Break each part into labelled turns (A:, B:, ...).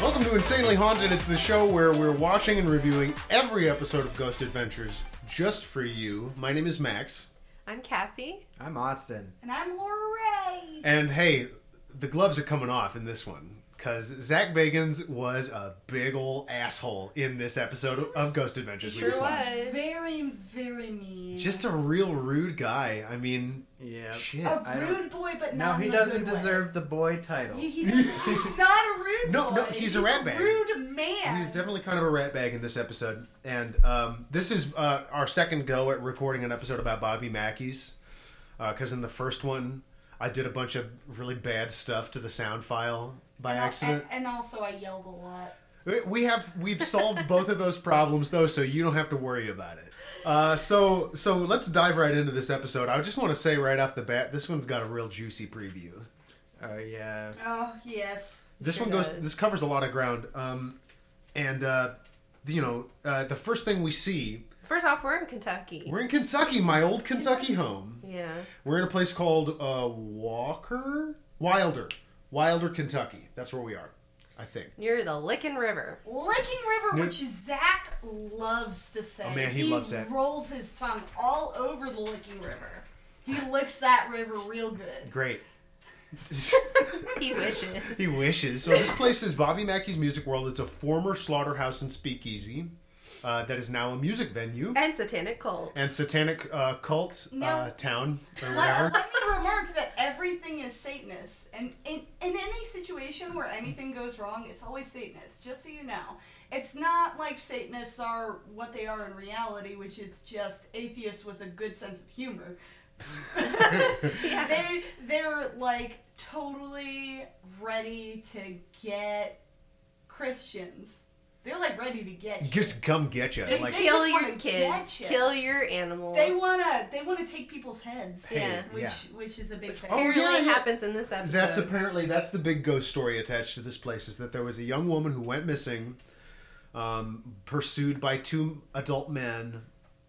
A: Welcome to Insanely Haunted. It's the show where we're watching and reviewing every episode of Ghost Adventures just for you. My name is Max.
B: I'm Cassie.
C: I'm Austin.
D: And I'm Laura Ray.
A: And hey, the gloves are coming off in this one because Zach Bagans was a big ol' asshole in this episode of Ghost Adventures.
B: He
A: we
B: sure
A: just watched.
B: was.
D: Very, very mean.
A: Just a real rude guy. I mean,
C: Yeah.
A: shit.
D: a
C: I don't-
D: rude boy, but
C: No,
D: not
C: he
D: in a
C: doesn't
D: good
C: deserve
D: Way.
C: the boy title.
D: He, he doesn't- he's not a rude
A: No,
D: boy.
A: no, he's a ratbag.
D: rude man.
A: He's definitely kind of a ratbag in this episode, and um, this is uh, our second go at recording an episode about Bobby Mackey's. Because in the first one, I did a bunch of really bad stuff to the sound file by
D: and, al-
A: accident.
D: And, and also, I yelled a lot.
A: We- We have we've solved both of those problems though, so you don't have to worry about it. Uh, so so let's dive right into this episode. I just want to say right off the bat, this one's got a real juicy preview.
C: Oh yeah.
D: Oh yes.
A: This
B: Sure
A: one goes.
B: does.
A: This covers a lot of ground, um, and uh, you know uh, the first thing we see
B: First off, we're in Kentucky.
A: We're in Kentucky, my old Kentucky home.
B: yeah.
A: We're in a place called uh, Walker? Wilder. Wilder, Kentucky. That's where we are, I think.
B: Near the Licking River.
D: Licking River,
A: No.
D: which Zach loves to say.
A: Oh, man, he loves that.
D: rolls his tongue all over the Licking River. He licks that river real good.
A: Great.
B: He wishes.
A: he wishes. So, this place is Bobby Mackey's Music World. It's a former slaughterhouse and speakeasy uh, that is now a music venue
B: and Satanic Cult.
A: and satanic uh, cult uh,
D: No.
A: town or
D: Let,
A: whatever.
D: let me remark that everything is Satanist, and in, in any situation where anything goes wrong, it's always Satanist. Just so you know, it's not like Satanists are what they are in reality, which is just atheists with a good sense of humor. They they're like totally ready to get Christians. They're like ready to get you.
A: Just come get you.
B: just
A: Like,
D: they
B: kill
D: just
B: your
D: wanna
B: kids.
D: get ya.
B: Kill your animals.
D: they wanna they wanna take people's heads.
B: Yeah.
D: Which
A: Yeah.
D: which is a big thing.
A: Oh,
B: Apparently
A: yeah, yeah.
B: happens in this episode.
A: That's apparently that's the big ghost story attached to this place is that there was a young woman who went missing, um, pursued by two adult men,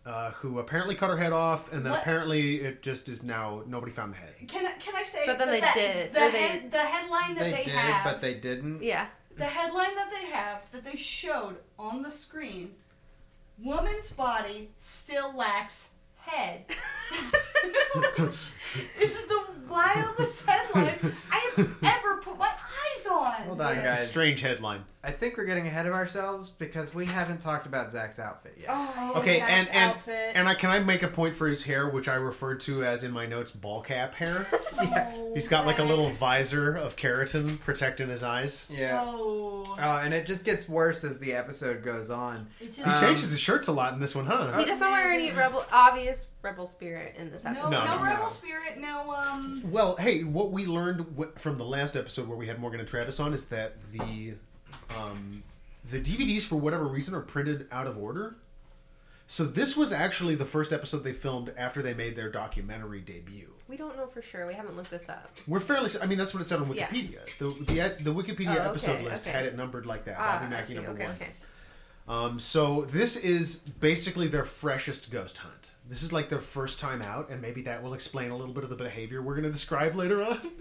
A: uh, who apparently cut her head off, and then
D: What?
A: apparently it just is now nobody found the head.
D: Can I, can I say
B: But then
D: that
B: they
D: that-
B: did,
D: the,
B: or they-
D: head, the headline that
C: They,
D: they,
C: did,
D: have
C: but they didn't.
B: yeah.
D: the headline that they have that they showed on the screen woman's body still lacks head this is the wildest headline I have ever put my eyes on
C: Hold on,
A: It's a
C: guys.
A: strange headline.
C: I think we're getting ahead of ourselves because we haven't talked about Zach's outfit yet.
D: oh,
A: Okay,
D: Zach's
A: and and
D: outfit.
A: and I can I make a point for his hair, which I referred to as in my notes ball cap hair.
C: yeah.
D: Oh,
A: He's got like a
D: Zach.
A: little visor of keratin protecting his eyes.
C: Yeah.
D: oh
C: Oh, and it just gets worse as the episode goes on.
D: it's
A: He
C: Um,
D: just
A: changes his shirts a lot in this one, huh?
B: He doesn't wear any rebel, obvious rebel spirit in this
D: no,
B: episode.
A: No,
D: no,
A: no,
C: no.
D: rebel spirit no um
A: Well, hey, what we learned w- from the last episode where we had Morgan and Travis on is that the um, the DVDs for whatever reason are printed out of order. So this was actually the first episode they filmed after they made their documentary debut.
B: We don't know for sure. We haven't looked this up.
A: We're fairly s- I mean that's what it said on
B: Yeah.
A: Wikipedia. The, the the Wikipedia
B: Oh, okay,
A: episode list
B: okay.
A: had it numbered like that.
B: Ah,
A: Bobby
B: I
A: Mackey
B: see.
A: number
B: Okay,
A: one.
B: okay.
A: Um, so this is basically their freshest ghost hunt. This is like their first time out, and maybe that will explain a little bit of the behavior we're going to describe later on.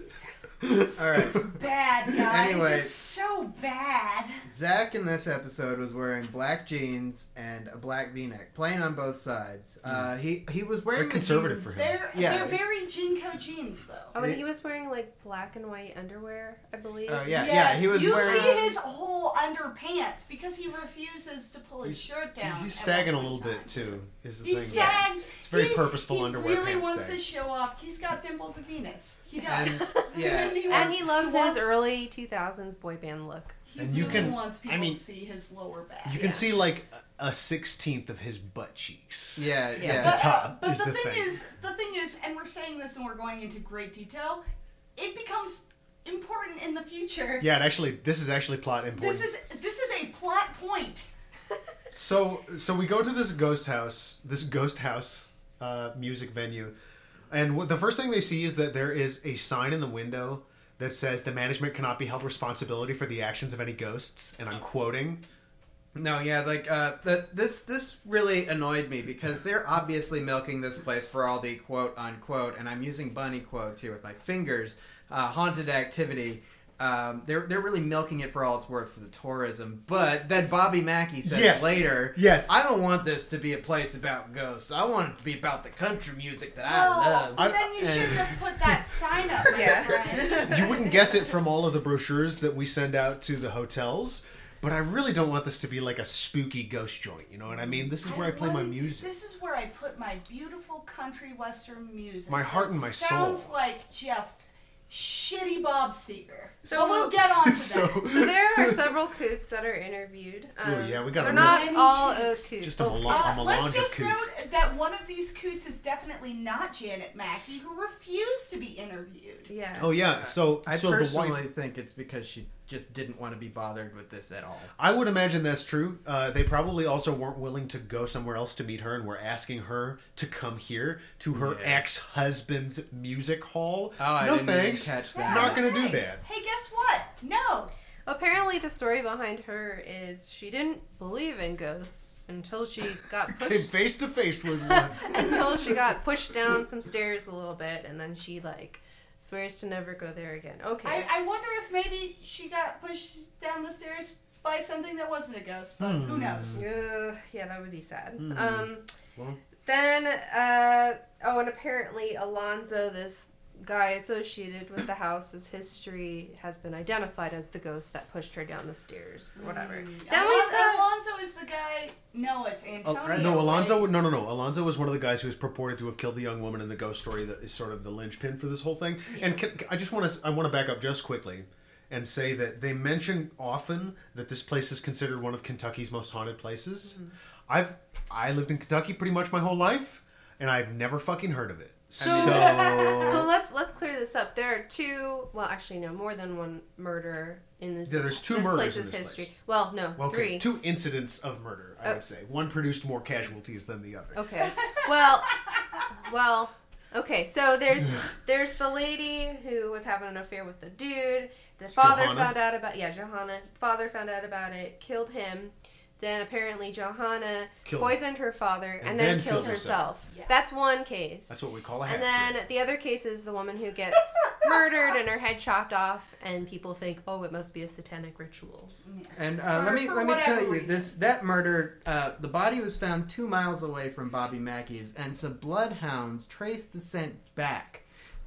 C: All right.
D: bad guys
C: Anyway.
D: it's so bad
C: Zach in this episode was wearing black jeans and a black V-neck, plain on both sides. Uh, he he was wearing
A: Very
C: the
A: conservative
C: jeans-
A: for him.
D: They're
C: Yeah.
D: they're very Jinko jeans though.
B: Oh, and
C: It-
B: he was wearing like black and white underwear, I believe.
A: Uh,
C: Oh yeah, yeah.
D: Yes,
C: He was
D: you
C: wearing.
D: see his whole under pants because he refuses to pull his
A: He's-
D: shirt down.
A: He's
D: at
A: sagging a
D: one
A: little
D: time.
A: bit too. Is the
D: He
A: thing.
D: sags.
A: It's very
D: he,
A: purposeful
D: he
A: underwear
D: really
A: pants
D: wants
A: sag.
D: to show off. He's got dimples of Venus. He
C: And-
D: does.
C: yeah.
B: And he loves his
D: wants-
B: early 2000s boy band look.
D: He
A: And you
D: really
A: can-
D: wants
A: I
D: people
A: mean,
D: to see his lower back.
A: You can see like a sixteenth of his butt cheeks.
C: Yeah, yeah.
B: Yeah.
A: The top
D: but
A: is
D: the,
A: the
D: thing,
A: thing.
D: is, the thing is, and we're saying this and we're going into great detail. It becomes important in the future.
A: Yeah, and actually, this is actually plot important.
D: This is this is a plot point.
A: So, so we go to this ghost house, this ghost house uh, music venue, and what, the first thing they see is that there is a sign in the window that says the management cannot be held responsibility for the actions of any ghosts, and I'm quoting.
C: No, yeah, like uh, the, this this really annoyed me because they're obviously milking this place for all the quote unquote, and I'm using bunny quotes here with my fingers, uh, haunted activity. Um, they're they're really milking it for all it's worth for the tourism. But then Bobby Mackey says
A: Yes.
C: later,
A: Yes.
C: I don't want this to be a place about ghosts. I want it to be about the country music that I love.
A: I-
D: Oh, then you
A: I-
D: shouldn't have put that sign up. my
B: Yeah.
D: friend.
A: You wouldn't guess it from all of the brochures that we send out to the hotels, but I really don't want this to be like a spooky ghost joint. You know what I mean? This is where I play my
D: wanted to-
A: music.
D: This is where I put my beautiful country western music.
A: My heart and
D: It
A: my soul.
D: Sounds like just shitty Bob Seger. So
B: So-
D: we'll get on to that.
B: So there are several coots that are interviewed. Um,
A: Ooh, yeah, we got a real-
B: They're not all
D: Many
B: o-
D: coots.
B: coots.
A: Just a
B: Oh,
A: melange-
D: Uh,
A: a
D: let's
A: melange of
D: just
A: coots.
D: note that one of these coots is definitely not Janet Mackey, who refused to be interviewed.
B: Yeah.
A: Oh yeah, so
C: I
A: so the
C: personally
A: wife.
C: think it's because she just didn't want to be bothered with this at all.
A: I would imagine that's true. Uh, they probably also weren't willing to go somewhere else to meet her, and were asking her to come here to her
C: Yeah.
A: ex-husband's music hall.
C: Oh, I
A: no
C: didn't even
A: thanks.
C: catch that.
D: Yeah,
A: Not
D: no
A: gonna do
D: thanks.
A: that.
D: Hey, guess what? No.
B: Apparently, the story behind her is she didn't believe in ghosts until she got
A: Came
B: pushed
A: face to face with one.
B: until she got pushed down some stairs a little bit, and then she like swears to never go there again. Okay.
D: I, I wonder if maybe she got pushed down the stairs by something that wasn't a ghost, but who knows?
B: Ugh, yeah, that would be sad.
A: Hmm.
B: Um,
A: Well.
B: then, uh, oh, and apparently Alonzo, this guy associated with the house's history, has been identified as the ghost that pushed her down the stairs, or whatever.
D: Hmm.
B: Then we
D: Alon-
B: thought,
D: Alonso is the guy. No, it's Antonio.
A: Oh, uh, no, Alonzo.
D: right?
A: would- No, no, no. Alonzo was one of the guys who was purported to have killed the young woman in the ghost story that is sort of the linchpin for this whole thing. And can, I just want to, I want to back up just quickly and say that they mention often that this place is considered one of Kentucky's most haunted places.
B: Mm-hmm.
A: I've, I lived in Kentucky pretty much my whole life, and I've never fucking heard of it. So,
B: uh, so let's let's clear this up. There are two, well, actually, no, more than one murder in this.
A: Yeah, there's two
B: this
A: murders in
B: place's
A: this
B: history.
A: place.
B: Well, no,
A: well, okay,
B: three.
A: two incidents of murder. I
B: Oh.
A: would say one produced more casualties than the other.
B: Okay. Well, well, okay. So there's there's the lady who was having an affair with the dude. The
A: It's
B: father
A: Johanna.
B: found out about yeah, Johanna. Father found out about it, killed him. Then apparently Johanna
A: Killed him.
B: poisoned her father and, then, killed, herself.
D: Yeah.
B: That's one case.
A: That's what we call a hatchet.
B: and then the other case is the woman who gets murdered and her head chopped off, and people think, oh, it must be a satanic ritual.
C: And uh,
D: Or
C: let me
D: for
C: let me
D: whatever
C: tell you
D: reason.
C: this: that murder, uh, the body was found two miles away from Bobby Mackey's, and some bloodhounds traced the scent back.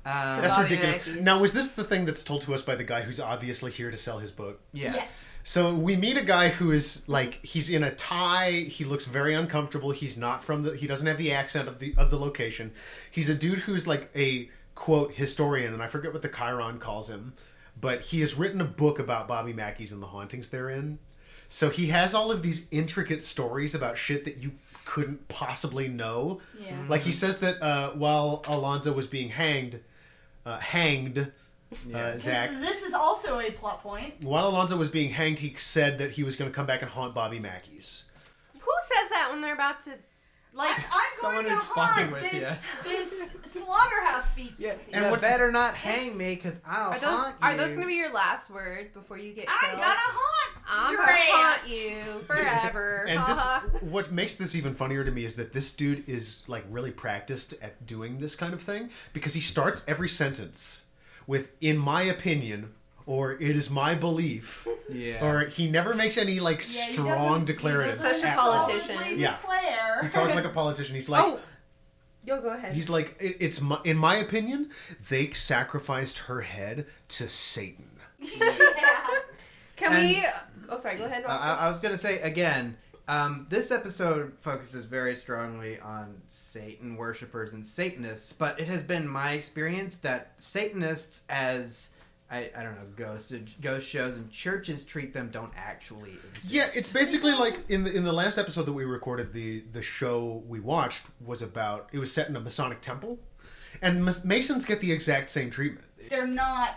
C: Uh,
A: That's
B: Bobby
A: ridiculous.
B: Mackey's.
A: Now, was this the thing that's told to us by the guy who's obviously here to sell his book?
C: yes.
A: So we meet a guy who is like he's in a tie. He looks very uncomfortable. He's not from the. He doesn't have the accent of the of the location. He's a dude who's like a quote historian, and I forget what the Chiron calls him, but he has written a book about Bobby Mackey's and the hauntings therein. So he has all of these intricate stories about shit that you couldn't possibly know.
D: Yeah.
A: Like he says that uh, while Alonzo was being hanged, uh, hanged, uh,
C: Yeah.
A: Zach.
D: This is also a plot point.
A: While Alonzo was being hanged, he said that he was going to come back and haunt Bobby Mackey's.
B: Who says that when they're about to, like,
D: I, I'm
C: Someone
D: going to
C: who's fucking
D: haunt
C: with
D: this this slaughterhouse speakeasy.
A: And
C: You
A: what's-
C: better not
D: Yes.
C: hang me, cause I'll
B: are those
C: haunt you.
B: are those going to be your last words before you get killed?
D: I'm gonna haunt.
B: I'm
D: your
B: gonna
D: ass.
B: haunt you forever.
A: And
B: Ha ha.
A: this, what makes this even funnier to me is that this dude is like really practiced at doing this kind of thing because he starts every sentence with "in my opinion" or "it is my belief,"
C: Yeah.
A: or he never makes any like
D: Yeah, he
A: strong
D: doesn't
A: declaratives.
B: Such a
A: at all.
B: politician.
D: solidly
A: Yeah.
D: declare.
A: He talks like a politician. He's like,
B: oh, yo, go ahead.
A: he's like, "It- it's my, in my opinion, they sacrificed her head to Satan.
D: yeah.
B: Can we Oh, sorry. Go ahead.
C: Uh,
B: Austin.
C: I, I was going to say again, um, this episode focuses very strongly on Satan worshippers and Satanists, but it has been my experience that Satanists, as I, I don't know, ghost ghost shows and churches treat them, don't actually exist.
A: Yeah, it's basically like in the in the last episode that we recorded, the the show we watched was about it was set in a Masonic temple, and Mas- Masons get the exact same treatment.
D: They're not.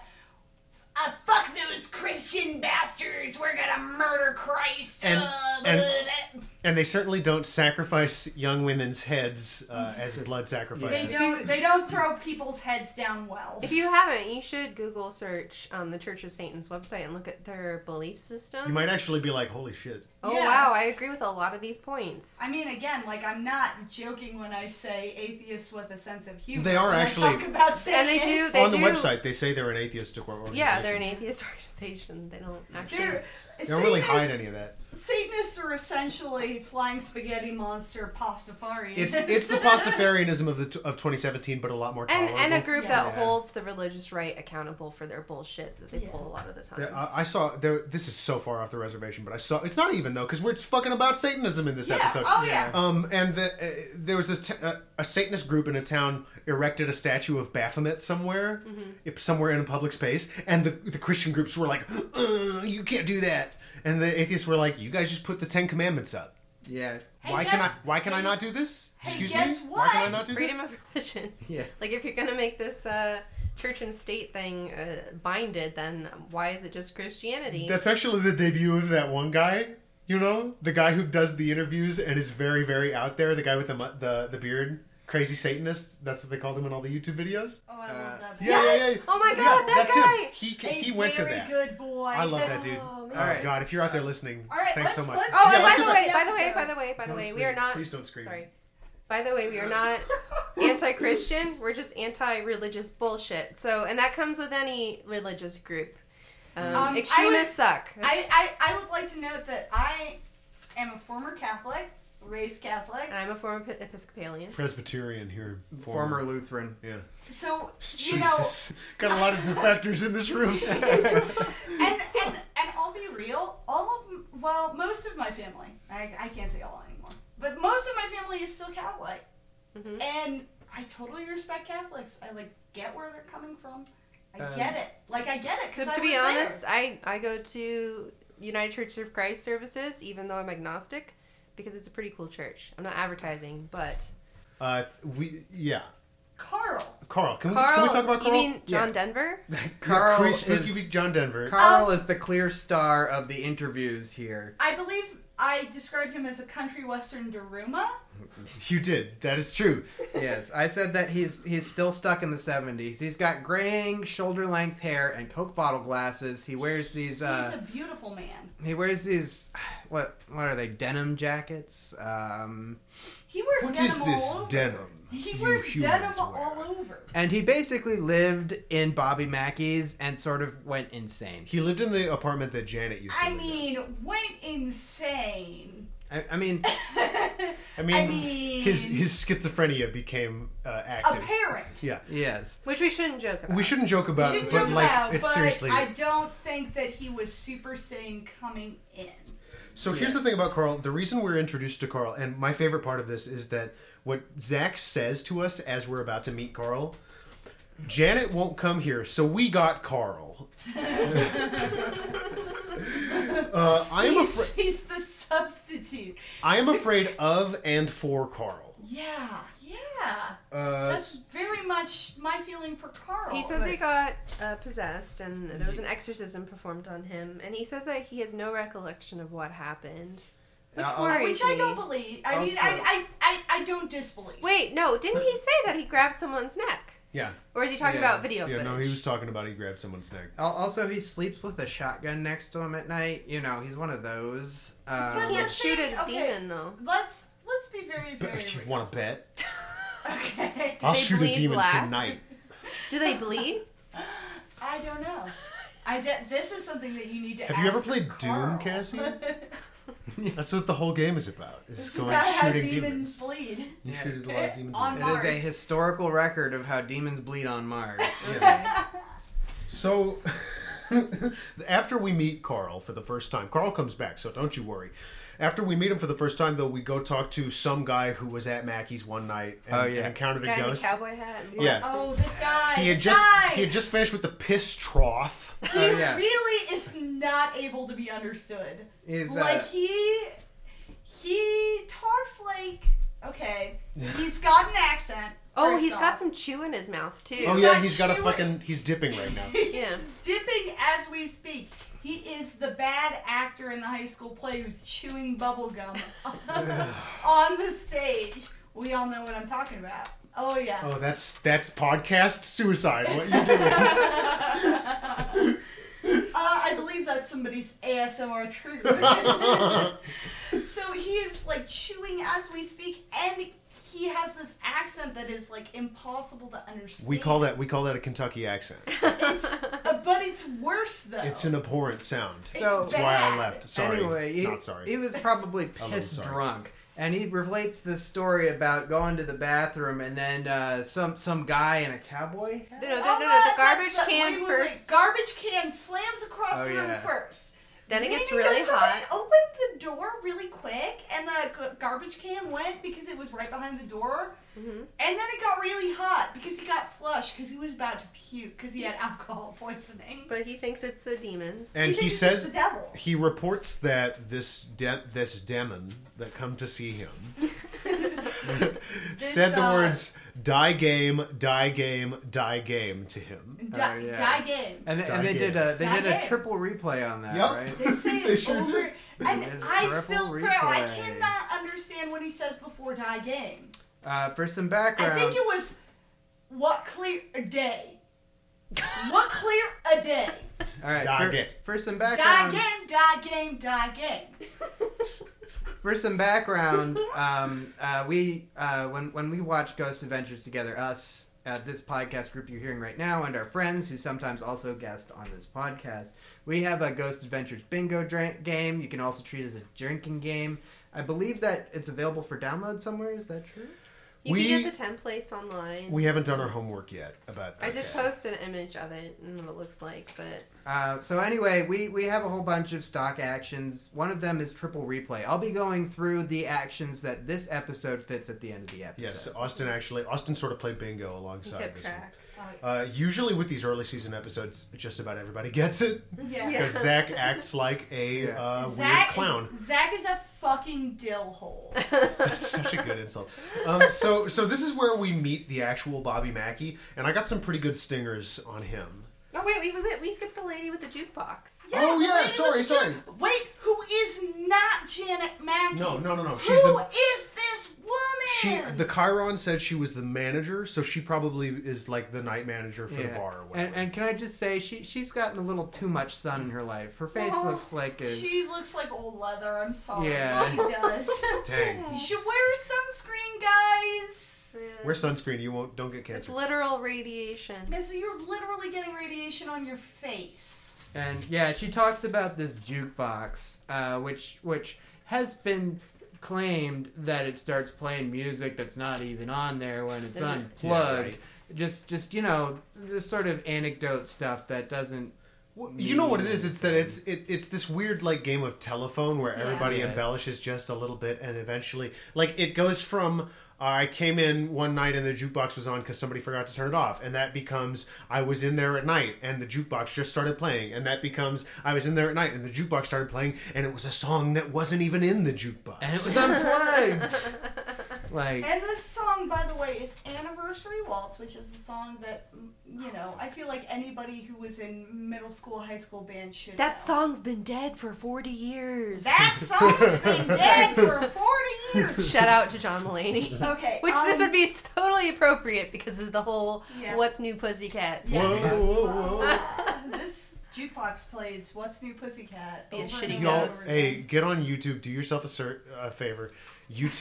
D: Uh, fuck those Christian bastards. We're gonna murder Christ.
A: And-
D: uh,
A: and-
D: blah, blah."
A: And they certainly don't sacrifice young women's heads uh,
B: Mm-hmm.
A: as blood
D: they
A: sacrifices.
B: Yeah.
D: don't. They don't throw people's heads down wells.
B: If you haven't, you should Google search um, the Church of Satan's website and look at their belief system.
A: You might actually be like, "Holy shit!"
B: oh
D: Yeah.
B: wow, I agree with a lot of these points.
D: I mean, again, like I'm not joking when I say atheists with a sense of humor.
A: They are
D: when I
A: actually-
D: talk about
B: And they
D: Satanists.
B: do- They
A: On the website, they say they're an atheistic or- organization.
B: yeah, they're an atheist organization. They don't actually.
D: They're,
A: They don't really hide any of that.
D: Satanists are essentially flying spaghetti monster pastafarians.
A: It's it's the Pastafarianism of the t- of 2017, but a lot more
B: and
A: tolerable.
B: and a group
D: Yeah.
B: that holds the religious right accountable for their bullshit that they
D: Yeah.
B: pull a lot of the time.
A: There- I I saw there. This is so far off the reservation, but I saw it's not even though because we're fucking about Satanism in this
D: yeah.
A: episode.
D: Oh
C: Yeah.
D: yeah.
A: Um, and the, uh, there was this t- uh, a Satanist group in a town erected a statue of Baphomet somewhere,
D: Mm-hmm.
A: if- somewhere in a public space, and the the Christian groups were like, "Uh, "You can't do that," and the atheists were like, "You guys just put the Ten Commandments up.
C: Yeah.
D: Hey,
A: why
D: guess-
A: can I? Why can I
D: hey-
A: not do this?
D: hey,
A: Excuse
D: guess
A: me. Why can I
D: what?
A: not do
B: Freedom
A: this?"
B: of religion.
C: Yeah.
B: Like if you're gonna make this uh, church and state thing uh, binded, then why is it just Christianity?
A: That's actually the debut of that one guy. You know, the guy who does the interviews and is very, very out there. The guy with the mu- the the beard, crazy Satanist. That's what they called him in all the YouTube videos.
D: oh, I love that.
A: Yeah, yeah, yeah.
B: Oh my
A: Yeah,
B: God, that
A: that's
B: guy!
A: Him. He
D: A
A: he went to
D: very
A: that.
D: good boy.
A: I love that dude.
B: Oh, man.
A: All right,
C: Alright.
A: God, if you're out there listening,
D: All right,
A: thanks
D: let's-
A: so much.
D: let's-
B: Oh,
A: Yeah,
B: and by
A: let's
B: the
A: just-
B: way,
D: just-
B: by the way, by the way, by the
A: Don't
B: way, we
A: scream.
B: are not.
A: Please don't scream.
B: Sorry. By the way, we are not anti-Christian. We're just anti-religious bullshit. So, and that comes with any religious group. Um,
D: Um, I
B: extremists suck.
D: I, I, I would like to note that I am a former Catholic, raised Catholic.
B: and I'm a former Pe- Episcopalian.
A: Presbyterian here,
C: Former Lutheran.
D: So you know,
A: Jesus, got a lot of defectors in this room.
D: and, and and I'll be real. All of m- well, most of my family. I, I can't say all anymore, but most of my family is still Catholic,
B: Mhm.
D: and I totally respect Catholics. I like get where they're coming from. I
C: Um,
D: get it. Like I get it.
B: So
D: 'cause
B: to
D: I
B: be
D: was there.
B: honest, I I go to United Church of Christ services, even though I'm agnostic, because it's a pretty cool church. I'm not advertising, but
A: uh, we, yeah,
D: Carl.
A: Carl. Can,
B: Carl.
A: we, can we talk about Carl?
B: You mean John
C: Yeah.
B: Denver?
A: Carl
C: Carl is,
A: John Denver.
C: Carl is the clear star of the interviews here.
D: I believe I described him as a country western Daruma.
A: You did. That is true.
C: yes, I said that he's he's still stuck in the '70s. He's got graying shoulder length hair and Coke bottle glasses. He wears these.
D: He's
C: Uh,
D: a beautiful man.
C: he wears these. What what are they? Denim jackets. Um,
D: He wears
A: What
D: denim
A: is this
D: all over.
A: denim?
D: He
A: you
D: wears denim
A: humans
D: all
A: wear?
D: over.
C: and he basically lived in Bobby Mackey's and sort of went insane.
A: He lived in the apartment that Janet used to.
D: I
A: live in.
D: mean, went insane.
C: I, I mean,
A: I mean,
D: I mean-
A: his his schizophrenia became uh, active.
D: Apparent.
A: yeah,
C: yes.
B: Which we shouldn't joke about.
A: we shouldn't joke
D: You
A: about,
D: should
A: but
D: joke
A: like,
D: about,
A: it's
D: but
A: seriously.
D: I don't think that he was super sane coming in.
A: So here's the thing about Carl. The reason we're introduced to Carl, and my favorite part of this is that what Zach says to us as we're about to meet Carl, Janet won't come here, so we got Carl. uh, I am
D: He's,
A: afraid.
D: he's the substitute.
A: I am afraid of and for Carl.
D: Yeah, yeah.
A: Uh,
D: That's very much my feeling for Carl.
B: He says he
D: That's-
B: got uh, possessed and there was an exorcism performed on him, and he says that he has no recollection of what happened. Which
C: Uh, uh,
B: worries
D: Which I
B: me.
D: don't believe. I mean,
C: Also-
D: I, I, I, I don't disbelieve.
B: Wait, no, didn't he say that he grabbed someone's neck?
A: yeah,
B: Or is he talking
C: Yeah.
B: about video
A: yeah.
B: footage?
A: No, he was talking about he grabbed someone's neck.
C: Al- Also, he sleeps with a shotgun next to him at night. You know, he's one of those.
B: You
C: Um,
D: Yeah.
B: can't
D: Let's
B: shoot
D: say-
B: a
D: okay.
B: demon though.
D: Let's let's be very
A: But
D: very.
A: you
D: real.
A: want to bet?
D: Okay.
A: I'll
B: they
A: shoot a
B: bleed
A: demon
B: black?
A: tonight.
B: Do they bleed?
D: I don't know. I de- this is something that you need to.
A: Have
D: ask
A: you ever played
D: Carl.
A: Doom, Cassie?
D: it's
A: That's what the whole game is about. Is going
D: about how
A: shooting
D: demons
A: demons.
D: bleed.
A: You
C: Yeah.
A: shoot a lot of demons.
D: On
A: in
C: it
A: the-
C: is a
D: Mars.
C: historical record of how demons bleed on Mars.
A: Yeah. So, After we meet Carl for the first time, Carl comes back, so don't you worry. After we meet him for the first time, though, we go talk to some guy who was at Mackey's one night and,
C: Oh, yeah.
A: and encountered
B: Guy
A: a
B: in a
A: ghost.
B: cowboy hat. And
A: Yeah.
D: Oh, this guy.
A: He had
D: this
A: just
D: guy.
A: he had just finished with the piss trough.
D: He
C: Oh, yeah.
D: really is not able to be understood.
C: Is uh,
D: like he he talks like okay. He's got an accent.
B: Oh,
D: first
B: he's
D: off.
B: got some chew in his mouth too.
A: oh
D: He's
A: yeah,
D: got
A: he's got a
D: chewing-
A: fucking he's dipping right now.
B: Yeah.
D: dipping as we speak. He is the bad actor in the high school play who's chewing bubble gum on the stage. We all know what I'm talking about. Oh yeah.
A: Oh, that's that's podcast suicide. What you doing?
D: uh, I believe that's somebody's ASMR trigger. so he is like chewing as we speak, and he has this accent that is like impossible to understand.
A: we call that we call that a Kentucky accent.
D: It's, uh, but it's worse though.
A: It's an abhorrent sound.
D: It's
C: So-
A: That's why I
D: bad.
A: left. Sorry,
C: anyway, he,
A: not sorry.
C: he was probably
A: A little
C: pissed
A: sorry.
C: drunk. And he relates this story about going to the bathroom and then uh, some some guy in a cowboy hat.
B: No, no, no,
D: Oh,
B: no, no, the
D: that-
B: garbage
D: that-
B: can
D: wait, wait, wait.
B: first.
D: Garbage can slams across
C: Oh,
D: the room
C: yeah.
D: first.
B: Then it gets
D: Meaning that
B: really
D: somebody
B: hot.
D: Opened the door really quick, and the g- garbage can went because it was right behind the door.
B: Mhm.
D: And then it got really hot because he got flushed because he was about to puke because he had alcohol poisoning.
B: But he thinks it's the demons.
A: and he
D: thinks it's
A: says
D: the devil.
A: he reports that this de- this demon that come to see him said the
D: uh,
A: words "die game, die game, die game" to him.
D: Di-
C: yeah.
D: Die game.
C: And, they- and they did a they did a
D: Dagger.
C: triple replay on that,
A: Yup.
C: right?
D: They say
A: They
D: it
A: sure
D: over, and
C: It's
D: I
C: triple
D: still, bro, I
C: replay.
D: cannot understand what he says before die game.
C: Uh, for some
D: I
C: background,
D: think it was what clear a day. What clear a day.
C: all right.
A: Dog
C: For,
A: it.
C: for some
D: Die
C: background,
D: game, die game, die game.
C: for some background, um, uh, we uh, when when we watch Ghost Adventures together, us uh, this podcast group you're hearing right now, and our friends who sometimes also guest on this podcast, we have a Ghost Adventures bingo drink game. You can also treat it as a drinking game. I believe that it's available for download somewhere. Is that true?
B: You
A: we-
B: can get the templates online.
A: We haven't done our homework yet about
B: I
A: that.
B: did post an image of it and what it looks like, but
C: Uh, so anyway, we, we have a whole bunch of stock actions. One of them is triple replay. I'll be going through the actions that this episode fits at the end of the episode.
A: Yes, Austin actually Austin sort of played bingo alongside
B: kept
A: this one.
B: track.
A: Uh, usually with these early season episodes, just about everybody gets it
D: yeah.
B: Yeah.
A: because Zach acts like a
C: Yeah.
A: uh, weird
D: Zach
A: clown. Oh,
D: Is, Zach is a fucking dill hole.
A: That's such a good insult. Um, so, so this is where we meet the actual Bobby Mackey, and I got some pretty good stingers on him.
B: Oh wait, we, we, we skipped the lady with the jukebox.
D: Yeah,
A: oh
D: the
A: yeah,
D: lady
A: sorry,
D: with the
A: sorry.
D: chin- Wait, who is not Janet Mackey?
A: No, no, no, no.
D: Who
A: She's
D: is
A: the
D: this woman?
A: she. The Chiron said she was the manager, so she probably is like the night manager for the
C: Yeah.
A: bar or whatever.
C: And, and can I just say she she's gotten a little too much sun in her life. Her face
D: Oh,
C: looks like a
D: She looks like old leather. I'm sorry.
C: Yeah.
D: She does.
A: Dang.
D: you should wear sunscreen, guys.
A: Wear sunscreen. You won't. Don't get
B: It's
A: cancer.
B: literal radiation.
D: Because you're literally getting radiation on your face.
C: and yeah, she talks about this jukebox, uh, which which has been claimed that it starts playing music that's not even on there when it's
B: Yeah,
C: unplugged.
A: right.
C: Just just you know, this sort of anecdote stuff that doesn't
A: Well, you know what it is? It's that it's it, it's this weird like game of telephone where
D: Yeah.
A: everybody
C: Yeah.
A: embellishes just a little bit, and eventually, like it goes from. I came in one night and the jukebox was on because somebody forgot to turn it off. And that becomes I was in there at night and the jukebox just started playing. And that becomes I was in there at night and the jukebox started playing and it was a song that wasn't even in the jukebox.
C: and it was unplugged. like
D: And this song, by the way, is Anniversary Waltz, which is a song that, mm, you know, I feel like anybody who was in middle school, high school band should
B: That
D: know.
B: song's been dead for 40 years.
D: That song's been dead for 40 years.
B: Shout out to John Mulaney.
D: Okay.
B: Which
D: um,
B: this would be totally appropriate because of the whole
D: Yeah.
B: "What's New Pussycat"
D: Yes.
A: Whoa, whoa, whoa.
D: Uh, this jukebox plays What's New Pussycat.
B: Be a
D: over
B: shitty
D: and
A: Y'all,
D: over
A: hey,
D: again.
A: get on YouTube. Do yourself a, ser- a favor.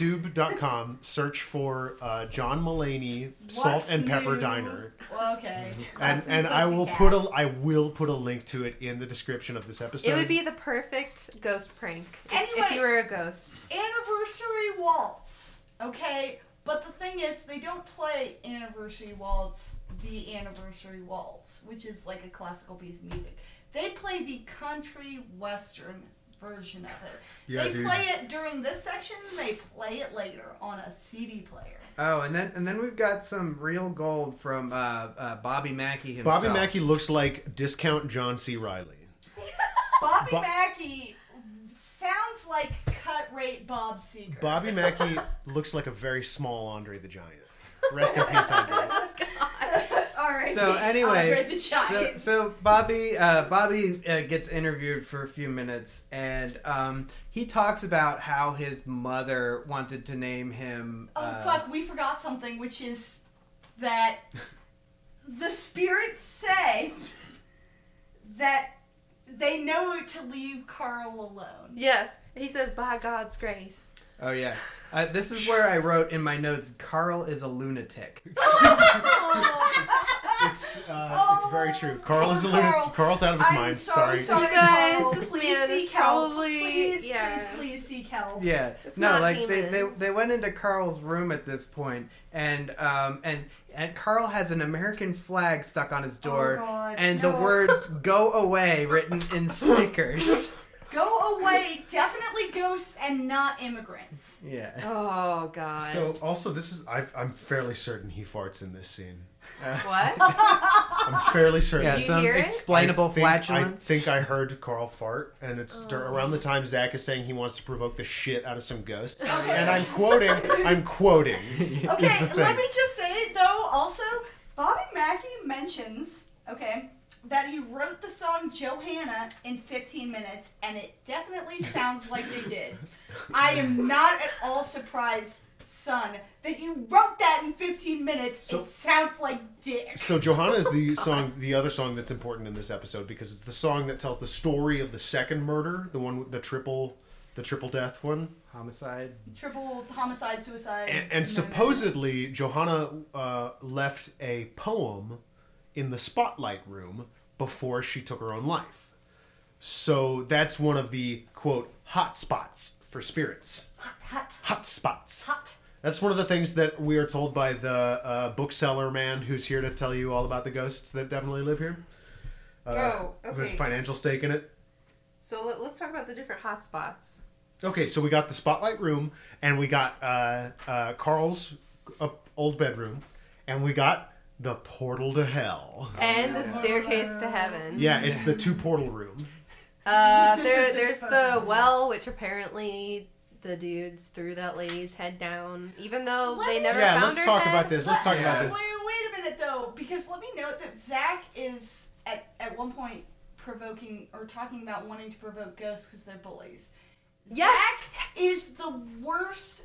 A: YouTube.com. Search for uh, John Mullaney Salt
D: What's
A: and Pepper
D: new?
A: Diner,
D: Well, okay.
A: and
D: What's New
A: and I will
D: Pussycat?
A: put a I will put a link to it in the description of this episode.
B: It would be the perfect ghost prank if, if
D: Anyway.
B: you were a ghost.
D: Anniversary Waltz. Okay? But the thing is, they don't play Anniversary Waltz, the Anniversary Waltz, which is like a classical piece of music. They play the country western version of it.
A: Yeah,
D: they
A: dude.
D: play it during this section, they play it later on a CD player.
C: Oh, and then and then we've got some real gold from uh, uh, Bobby Mackey himself.
A: Bobby Mackey looks like discount John C. Riley.
D: Bobby
A: Bo-
D: Mackey sounds like cut rate Bob Seeger.
A: Bobby Mackey looks like a very small Andre the Giant. Rest in peace, Andre.
D: All right.
C: So anyway,
D: the
C: so,
D: Giant.
C: so Bobby uh, Bobby uh, gets interviewed for a few minutes, and um, he talks about how his mother wanted to name him.
D: oh
C: uh,
D: fuck, we forgot something, which is that the spirits say that they know to leave Carl alone.
B: Yes. He says, by God's grace.
C: Oh yeah, uh, this is where I wrote in my notes: Carl is a lunatic.
A: It's, uh, it's very true. Carl is a
D: Oh, Carl.
A: lunatic. Carl's out of his
D: I'm
A: mind.
D: so
A: sorry.
D: sorry.
B: You guys,
D: Carl.
B: this
D: please
B: man is
D: seek help.
B: probably-
D: please,
B: yeah.
D: please, please seek help.
C: Yeah,
B: It's
C: no,
B: not
C: like they, they
B: demons.
C: they went into Carl's room at this point, and um and and Carl has an American flag stuck on his door,
D: Oh, God.
C: and the
D: No.
C: words "Go away" written in stickers.
D: Go away, definitely ghosts and not immigrants.
C: yeah.
B: Oh, God.
A: So also, this is i I'm fairly certain he farts in this scene.
B: what? Oh,
A: I'm fairly certain.
C: Yeah,
B: you
C: some
B: hear it?
C: explainable
A: I think,
C: flatulence.
A: I think I heard Carl fart, and it's dur-
D: Oh.
A: around the time Zach is saying he wants to provoke the shit out of some ghost. And I'm quoting. I'm quoting.
D: Okay,
A: thing.
D: let me just say it though. Also, Bobby Mackey mentions okay that he wrote the song Johanna in 15 minutes, and it definitely sounds like they did. I am not at all surprised, son, that you wrote that in 15 minutes.
A: So-
D: it sounds like dick.
A: So Johanna is
D: Oh,
A: the song, the other song that's important in this episode because it's the song that tells the story of the second murder, the one with the triple, the triple death one.
C: Homicide.
D: Triple homicide, suicide,
A: And, and supposedly Johanna uh, left a poem in the spotlight room before she took her own life. So that's one of the quote hot spots for spirits.
D: hot, hot,
A: Hot spots.
D: hot.
A: That's one of the things that we are told by the uh, bookseller man who's here to tell you all about the ghosts that definitely live here.
B: oh,
A: There's
B: okay.
A: financial stake in it.
B: So let, let's talk about the different hot spots.
A: Okay, so we got the spotlight room, and we got uh, uh, Carl's uh, old bedroom, and we got the portal to hell.
B: And the staircase to heaven.
A: Oh, Yeah, it's the two portal room.
B: Uh, there, there's the well, which apparently the dudes threw that lady's head down, even though they never
A: Yeah,
B: found
A: let's
B: her
A: talk
B: head.
A: about this. Let's talk about
D: Wait,
A: this.
D: wait a minute though, because let me note that Zach is at at one point provoking or talking about wanting to provoke ghosts because they're bullies.
B: Yes,
D: Zach is the worst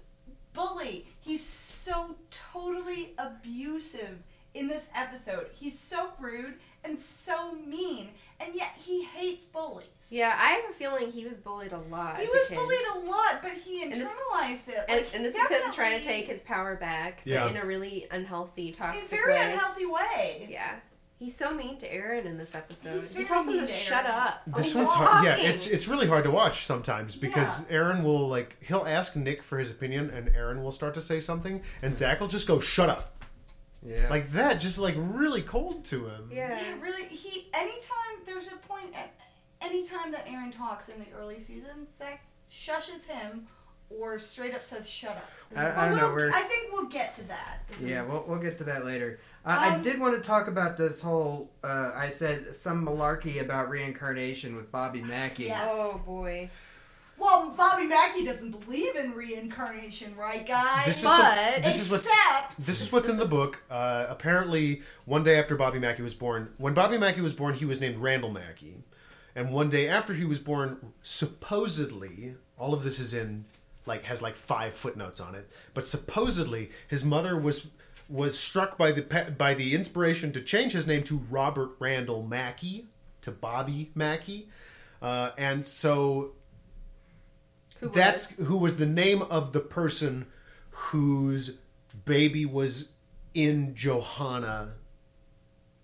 D: bully. He's so totally abusive in this episode. He's so rude and so mean, and yet he hates bullies.
B: Yeah, I have a feeling he was bullied a lot.
D: He
B: as a
D: was
B: kid.
D: bullied a lot, but he
B: And this-
D: internalized it.
B: and,
D: Like,
B: and this is him trying to
D: definitely
B: take his power back, but
A: Yeah.
B: in a really unhealthy,
D: in a
B: toxic
D: very
B: way.
D: unhealthy way.
B: Yeah, he's so mean to Aaron in this episode.
D: He's
B: he
D: very
B: tells him
D: mean
B: to
D: to
B: shut
D: Aaron.
B: up.
A: This
B: Oh,
A: one's
B: he's
A: hard. Yeah,
B: talking.
A: it's it's really hard to watch sometimes because Aaron will like he'll ask Nick for his opinion, and Aaron will start to say something, and Zach will just go shut up
C: Yeah.
A: like that, just like really cold to him.
B: yeah.
D: Yeah, really. He anytime there's a point at anytime that Aaron talks in the early season, Zach shushes him or straight up says shut up.
C: I, I don't
D: But
C: know.
D: we'll-
C: We're
D: I think we'll get to that.
C: yeah. We'll we'll get to that later. Uh, I
D: Um,
C: did want to talk about this whole. Uh, I said some malarkey about reincarnation with Bobby Mackey.
D: Yeah.
B: Oh boy.
D: Well, Bobby Mackey doesn't believe in reincarnation, right, guys?
A: This is
B: But-
A: some- this is what's
D: Except
A: This is what's in the book. Uh, apparently, one day after Bobby Mackey was born, when Bobby Mackey was born, he was named Randall Mackey. And one day after he was born, supposedly, all of this is in, like, has like five footnotes on it, but supposedly his mother was was struck by the pe- by the inspiration to change his name to Robert Randall Mackey to Bobby Mackey, uh, and so
B: Who
A: that's
B: was?
A: who was the name of the person whose baby was in Johanna.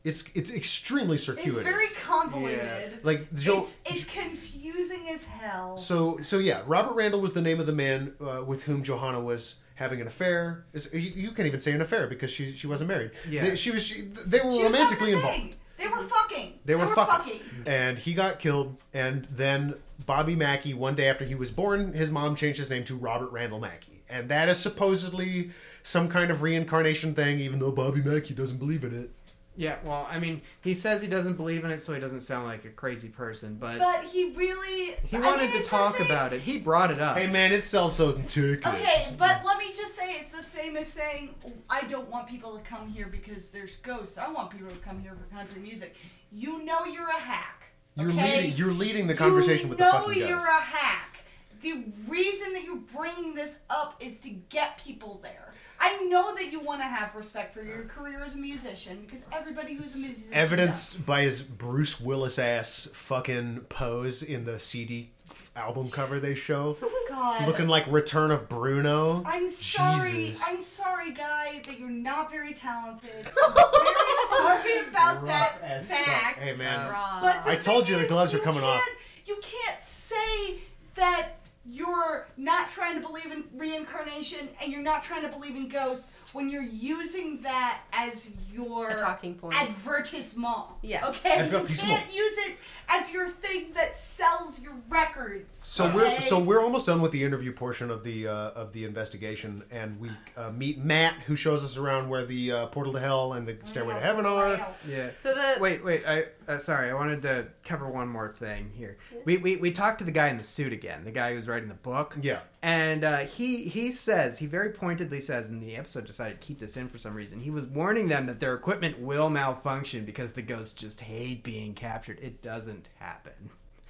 A: It's it's extremely circuitous.
D: it's very convoluted.
A: like jo-
D: it's it's confusing as hell.
A: so so yeah. Robert Randall was the name of the man uh, with whom Johanna was having an affair. Is you, you can't even say an affair because she she wasn't married.
C: Yeah.
A: They, she was. She, they were
D: She was having
A: romantically
D: a
A: involved.
D: thing. They were were fucking.
A: They were fucking.
D: fucking.
A: And he got killed. And then Bobby Mackey, one day after he was born, his mom changed his name to Robert Randall Mackey. And that is supposedly some kind of reincarnation thing, even though Bobby Mackey doesn't believe in it.
C: Yeah, well, I mean, he says he doesn't believe in it, so he doesn't sound like a crazy person, but,
D: But he really.
C: he
D: I
C: wanted
D: mean,
C: to
D: it's the
C: talk
D: same-
C: about it. He brought it up.
A: Hey, man, it sells so tickets.
D: Okay, but let me just say it's the same as saying I don't want people to come here because there's ghosts. I want people to come here for country music. You know you're a hack.
A: You're
D: okay?
A: leading. You're leading the conversation
D: you
A: with the
D: know
A: fucking
D: you're
A: ghosts.
D: a hack. The reason that you're bringing this up is to get people there. I know that you want to have respect for your career as a musician because everybody who's a musician
A: Evidenced
D: does.
A: by his Bruce Willis ass fucking pose in the CD album cover they show,
D: God.
A: looking like Return of Bruno.
D: I'm sorry.
A: Jesus.
D: I'm sorry, guy, that you're not very talented. I'm very sorry about
A: Rough
D: that
A: as
D: fact.
A: fuck. Hey man,
D: But the
A: I told
D: thing
A: you the
D: is,
A: gloves are
D: you
A: coming off.
D: can't- You can't say that you're not trying to believe in reincarnation and you're not trying to believe in ghosts when you're using that as your
B: A talking point.
D: advertisement.
B: Yeah.
D: Okay. You
A: Advertisement.
D: can't use it as your thing that sells your records.
A: So we're
D: okay?
A: so we're almost done with the interview portion of the uh, of the investigation, and we uh, meet Matt, who shows us around where the uh, portal to hell and the stairway to heaven are.
C: yeah.
B: So the
C: Wait, wait. I uh, sorry. I wanted to cover one more thing here. We, we we talked to the guy in the suit again, the guy who's writing the book.
A: Yeah.
C: And uh, he he says he very pointedly says, and the episode decided to keep this in for some reason. He was warning them that their equipment will malfunction because the ghosts just hate being captured. It doesn't happen.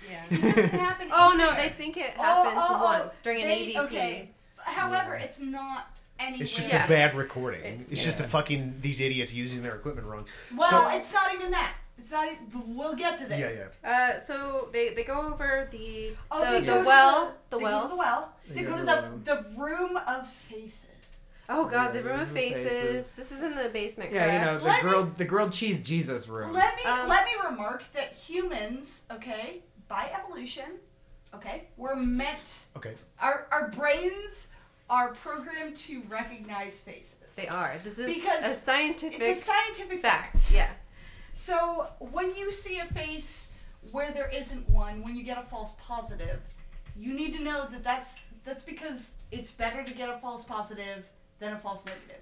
D: Yeah. It doesn't happen
B: oh no,
D: anywhere.
B: they think it
D: Oh,
B: happens
D: oh, oh,
B: once during an
D: they-
B: ADP.
D: Okay. However, it's not anywhere.
A: It's just
B: Yeah.
A: a bad recording. It's just a
C: Yeah.
A: fucking these idiots using their equipment wrong.
D: Well,
A: So-
D: it's not even that. It's not. Even, but we'll get to that.
A: yeah, yeah.
B: Uh, so they they go over the
D: Oh,
B: the,
D: they
B: the
D: go to
B: well the
D: The, they
B: well.
D: Go to the well. They, go, to the, the room of faces.
B: Oh god,
C: Yeah,
B: the room of faces.
C: faces.
B: This is in the basement.
C: Yeah, you know
B: correct?
C: the
D: Let me-
C: grilled the grilled cheese Jesus room.
D: Let me
B: Um,
D: let me remark that humans, okay, by evolution, okay, we're meant.
A: Okay.
D: Our our brains are programmed to recognize faces.
B: They are. This is
D: Because
B: a scientific
D: It's a scientific
B: fact.
D: fact.
B: Yeah.
D: So when you see a face where there isn't one, when you get a false positive, you need to know that that's that's because it's better to get a false positive than a false negative.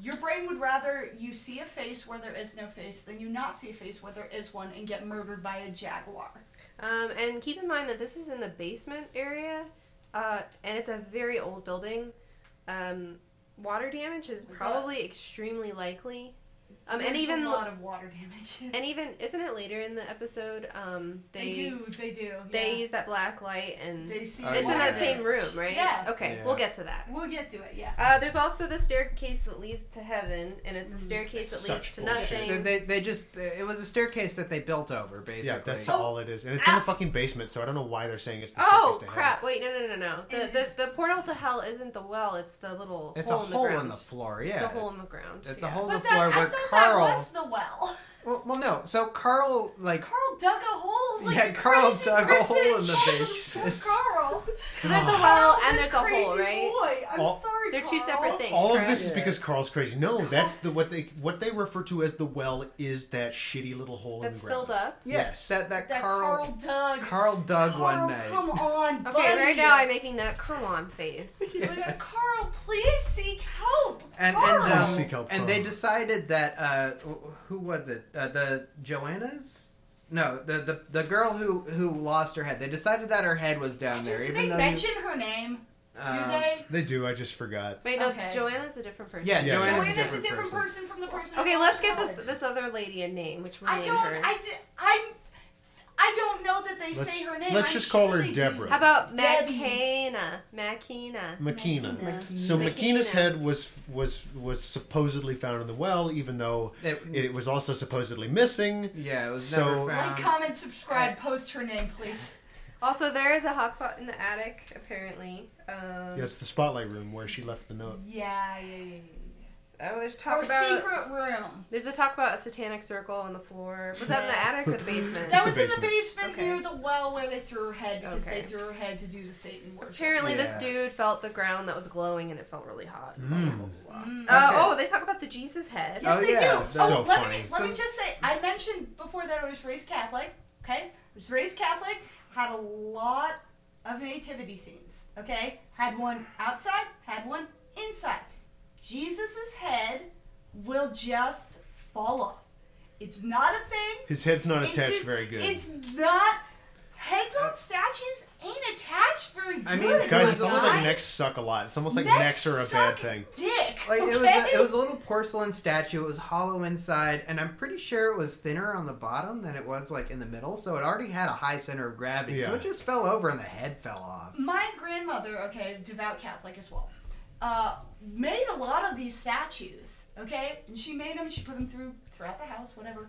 D: Your brain would rather you see a face where there is no face than you not see a face where there is one and get murdered by a jaguar.
B: Um, and keep in mind that this is in the basement area, uh, and it's a very old building. Um, water damage is probably extremely likely. Um, and
D: There's
B: even
D: a lot of water damage.
B: and even isn't it later in the episode? Um, they
D: They, do, they do.
B: they
D: yeah.
B: use that black light and
D: they see.
C: Oh,
B: it's in
D: water
B: that same room, right?
D: Yeah.
B: Okay,
C: Yeah.
B: we'll get to that.
D: We'll get to it. Yeah.
B: Uh, there's also the staircase that leads to heaven, and it's
D: Mm.
B: a staircase that leads
A: Such
B: to
A: bullshit.
B: nothing.
C: They, they, they just it was a staircase that they built over basically.
A: Yeah, that's
D: So-
A: all it is, and it's in the fucking basement. So I don't know why they're saying it's the staircase
B: Ah. Oh
A: to heaven.
B: crap! Wait, no, no, no, no. The,
D: It-
B: the the portal to hell isn't the well; it's the little
C: It's
B: hole
C: a
B: in
C: hole
B: the ground.
C: in the floor. Yeah,
B: It's a hole in the ground.
C: It's
B: yeah.
C: a hole in the
D: But that,
C: floor
D: I
C: where
D: thought
C: Carl.
D: that was the well.
C: Well, well, no. So Carl, like,
D: Carl dug a hole. Like
C: Yeah,
D: a
C: Carl
D: crazy
C: dug a
D: person.
C: hole in the
D: Poor
C: basis.
D: Carl.
B: So there's a well
D: Carl,
B: and
D: this
B: there's a hole,
D: crazy
B: right?
D: Boy. I'm
A: All-
D: sorry.
B: They're two
D: Carl.
B: separate things.
A: All of
B: correct?
A: this is
C: Yeah.
A: because Carl's crazy. No, that's the what they what they refer to as the well is that shitty little hole in
B: that's
A: the ground.
B: filled up.
A: Yes.
C: yes, that that,
D: That Carl,
C: Carl
D: dug.
C: Carl dug
D: Carl,
C: one night.
D: come on,
B: Okay,
D: buddy.
B: right now I'm making that come on face.
C: Yeah.
D: Like, Carl, please seek help.
C: And
D: Carl.
C: and, um,
A: Seek help,
C: and
A: Carl.
C: they decided that uh, wh- who was it? Uh, the Joannas? No, the, the the girl who who lost her head. They decided that her head was down there.
D: Did
C: even
D: they
C: though
D: mention her name?
C: You,
D: Do
C: um,
D: they?
A: They do. I just forgot.
B: Wait, no,
D: Okay.
B: Joanna's a different person.
C: Yeah,
A: Yeah,
C: Joanna's,
D: Joanna's
C: a different, person.
D: person. from the person.
B: Okay,
D: who
B: let's
D: lost
B: get
D: her
B: this
D: head.
B: this other lady a name, which we'll
D: I
B: name
D: don't.
B: her.
D: I did. I'm. I don't know that they
A: Let's-
D: say her name.
A: let's
D: I'm
A: just call
D: sure
A: her
D: they do.
A: Deborah.
B: How about
D: Debbie.
B: Makena? Makena.
A: Makina.
D: Makina.
A: So Makina's
B: Makina.
A: head was was was supposedly found in the well, even though
C: It-
A: it was also supposedly missing.
C: Yeah, it was
A: So-
C: never
D: Like,
C: found.
D: comment, subscribe, post her name, please.
B: Also, there is a hotspot in the attic, apparently. Um,
A: Yeah, it's the spotlight room where she left the note.
D: Yeah, yeah, yeah, yeah.
B: Oh, there's talk
D: Our
B: about
D: secret room.
B: there's a talk about a satanic circle on the floor. Was that in the attic or the basement?
D: That
A: the
D: was in the
A: basement.
D: basement
B: Okay.
D: near the well where they threw her head because
B: Okay.
D: they threw her head to do the Satan worship.
B: Apparently, this
C: Yeah. Hmm.
B: dude felt the ground that was glowing, and it felt really hot.
D: Mm.
B: Uh,
C: Okay.
B: Oh, they talk about the Jesus head.
D: Yes,
C: Oh,
D: they
C: yeah,
D: do.
C: that's
D: oh,
A: so
D: let
A: funny.
D: me let me just say, I mentioned before that I was raised Catholic. Okay, I was raised Catholic. Had a lot of nativity scenes. Okay, had one outside, had one inside. Jesus's head will just fall off. It's not a thing.
A: His head's not
D: It
A: attached
D: just-
A: very good. Uh,
D: It's not. Heads on statues ain't attached very good.
C: I mean,
A: Guys,
C: It
A: it's
C: was
A: almost
C: not-
A: like necks suck a lot. It's almost like necks, are a bad
D: suck
A: thing.
D: Dick.
C: Like
D: okay?
C: it was, a, it was a little porcelain statue. It was hollow inside, and I'm pretty sure it was thinner on the bottom than it was like in the middle. So it already had a high center of gravity. So
A: Yeah.
C: it just fell over, and the head fell off.
D: my grandmother, okay, devout Catholic as well, uh, made a lot of these statues, okay? And she made them, she put them through throughout the house, whatever.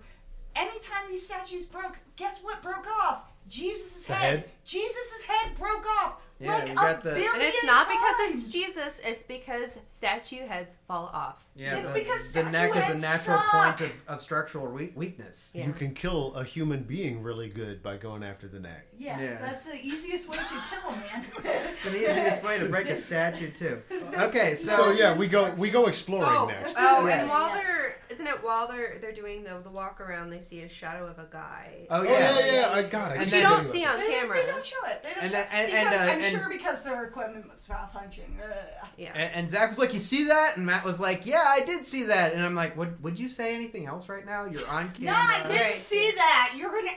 D: Anytime these statues broke, guess what broke off? Jesus'
A: The
D: head.
A: head?
D: Jesus' head broke off.
C: Yeah,
D: like
C: you
D: a
C: got the- And
D: billion
B: And it's not because
D: times.
B: it's Jesus, it's because statue heads fall off.
C: Yeah,
D: It's
C: the,
D: because
C: the neck is a
D: statuettes
C: natural
D: suck.
C: point of, of structural we- weakness.
B: Yeah.
A: You can kill a human being really good by going after the neck.
D: Yeah,
C: Yeah.
D: that's the easiest way to kill a man.
C: It's the easiest way to break a statue too. Okay, so,
A: So yeah, we go we go exploring
B: Oh,
A: next.
B: oh, and
C: Yes.
B: while they're isn't it while they're they're doing the the walk around, they see a shadow of a guy.
C: Oh
A: Oh
C: yeah.
A: yeah, yeah, I got it.
C: And
B: Which
C: then-
B: you don't see
D: They-
B: on camera.
D: They don't show it. They don't
C: And
D: show it.
C: that- and- and,
D: Because-
C: uh,
D: I'm
C: and-
D: sure because their equipment was malfunctioning. Ugh.
B: Yeah.
C: And, and Zach was like, "You see that?" And Matt was like, "Yeah, I did see that." And I'm like, "Would would you say anything else right now? You're on camera."
D: No, I didn't
B: Right.
D: see that. You're an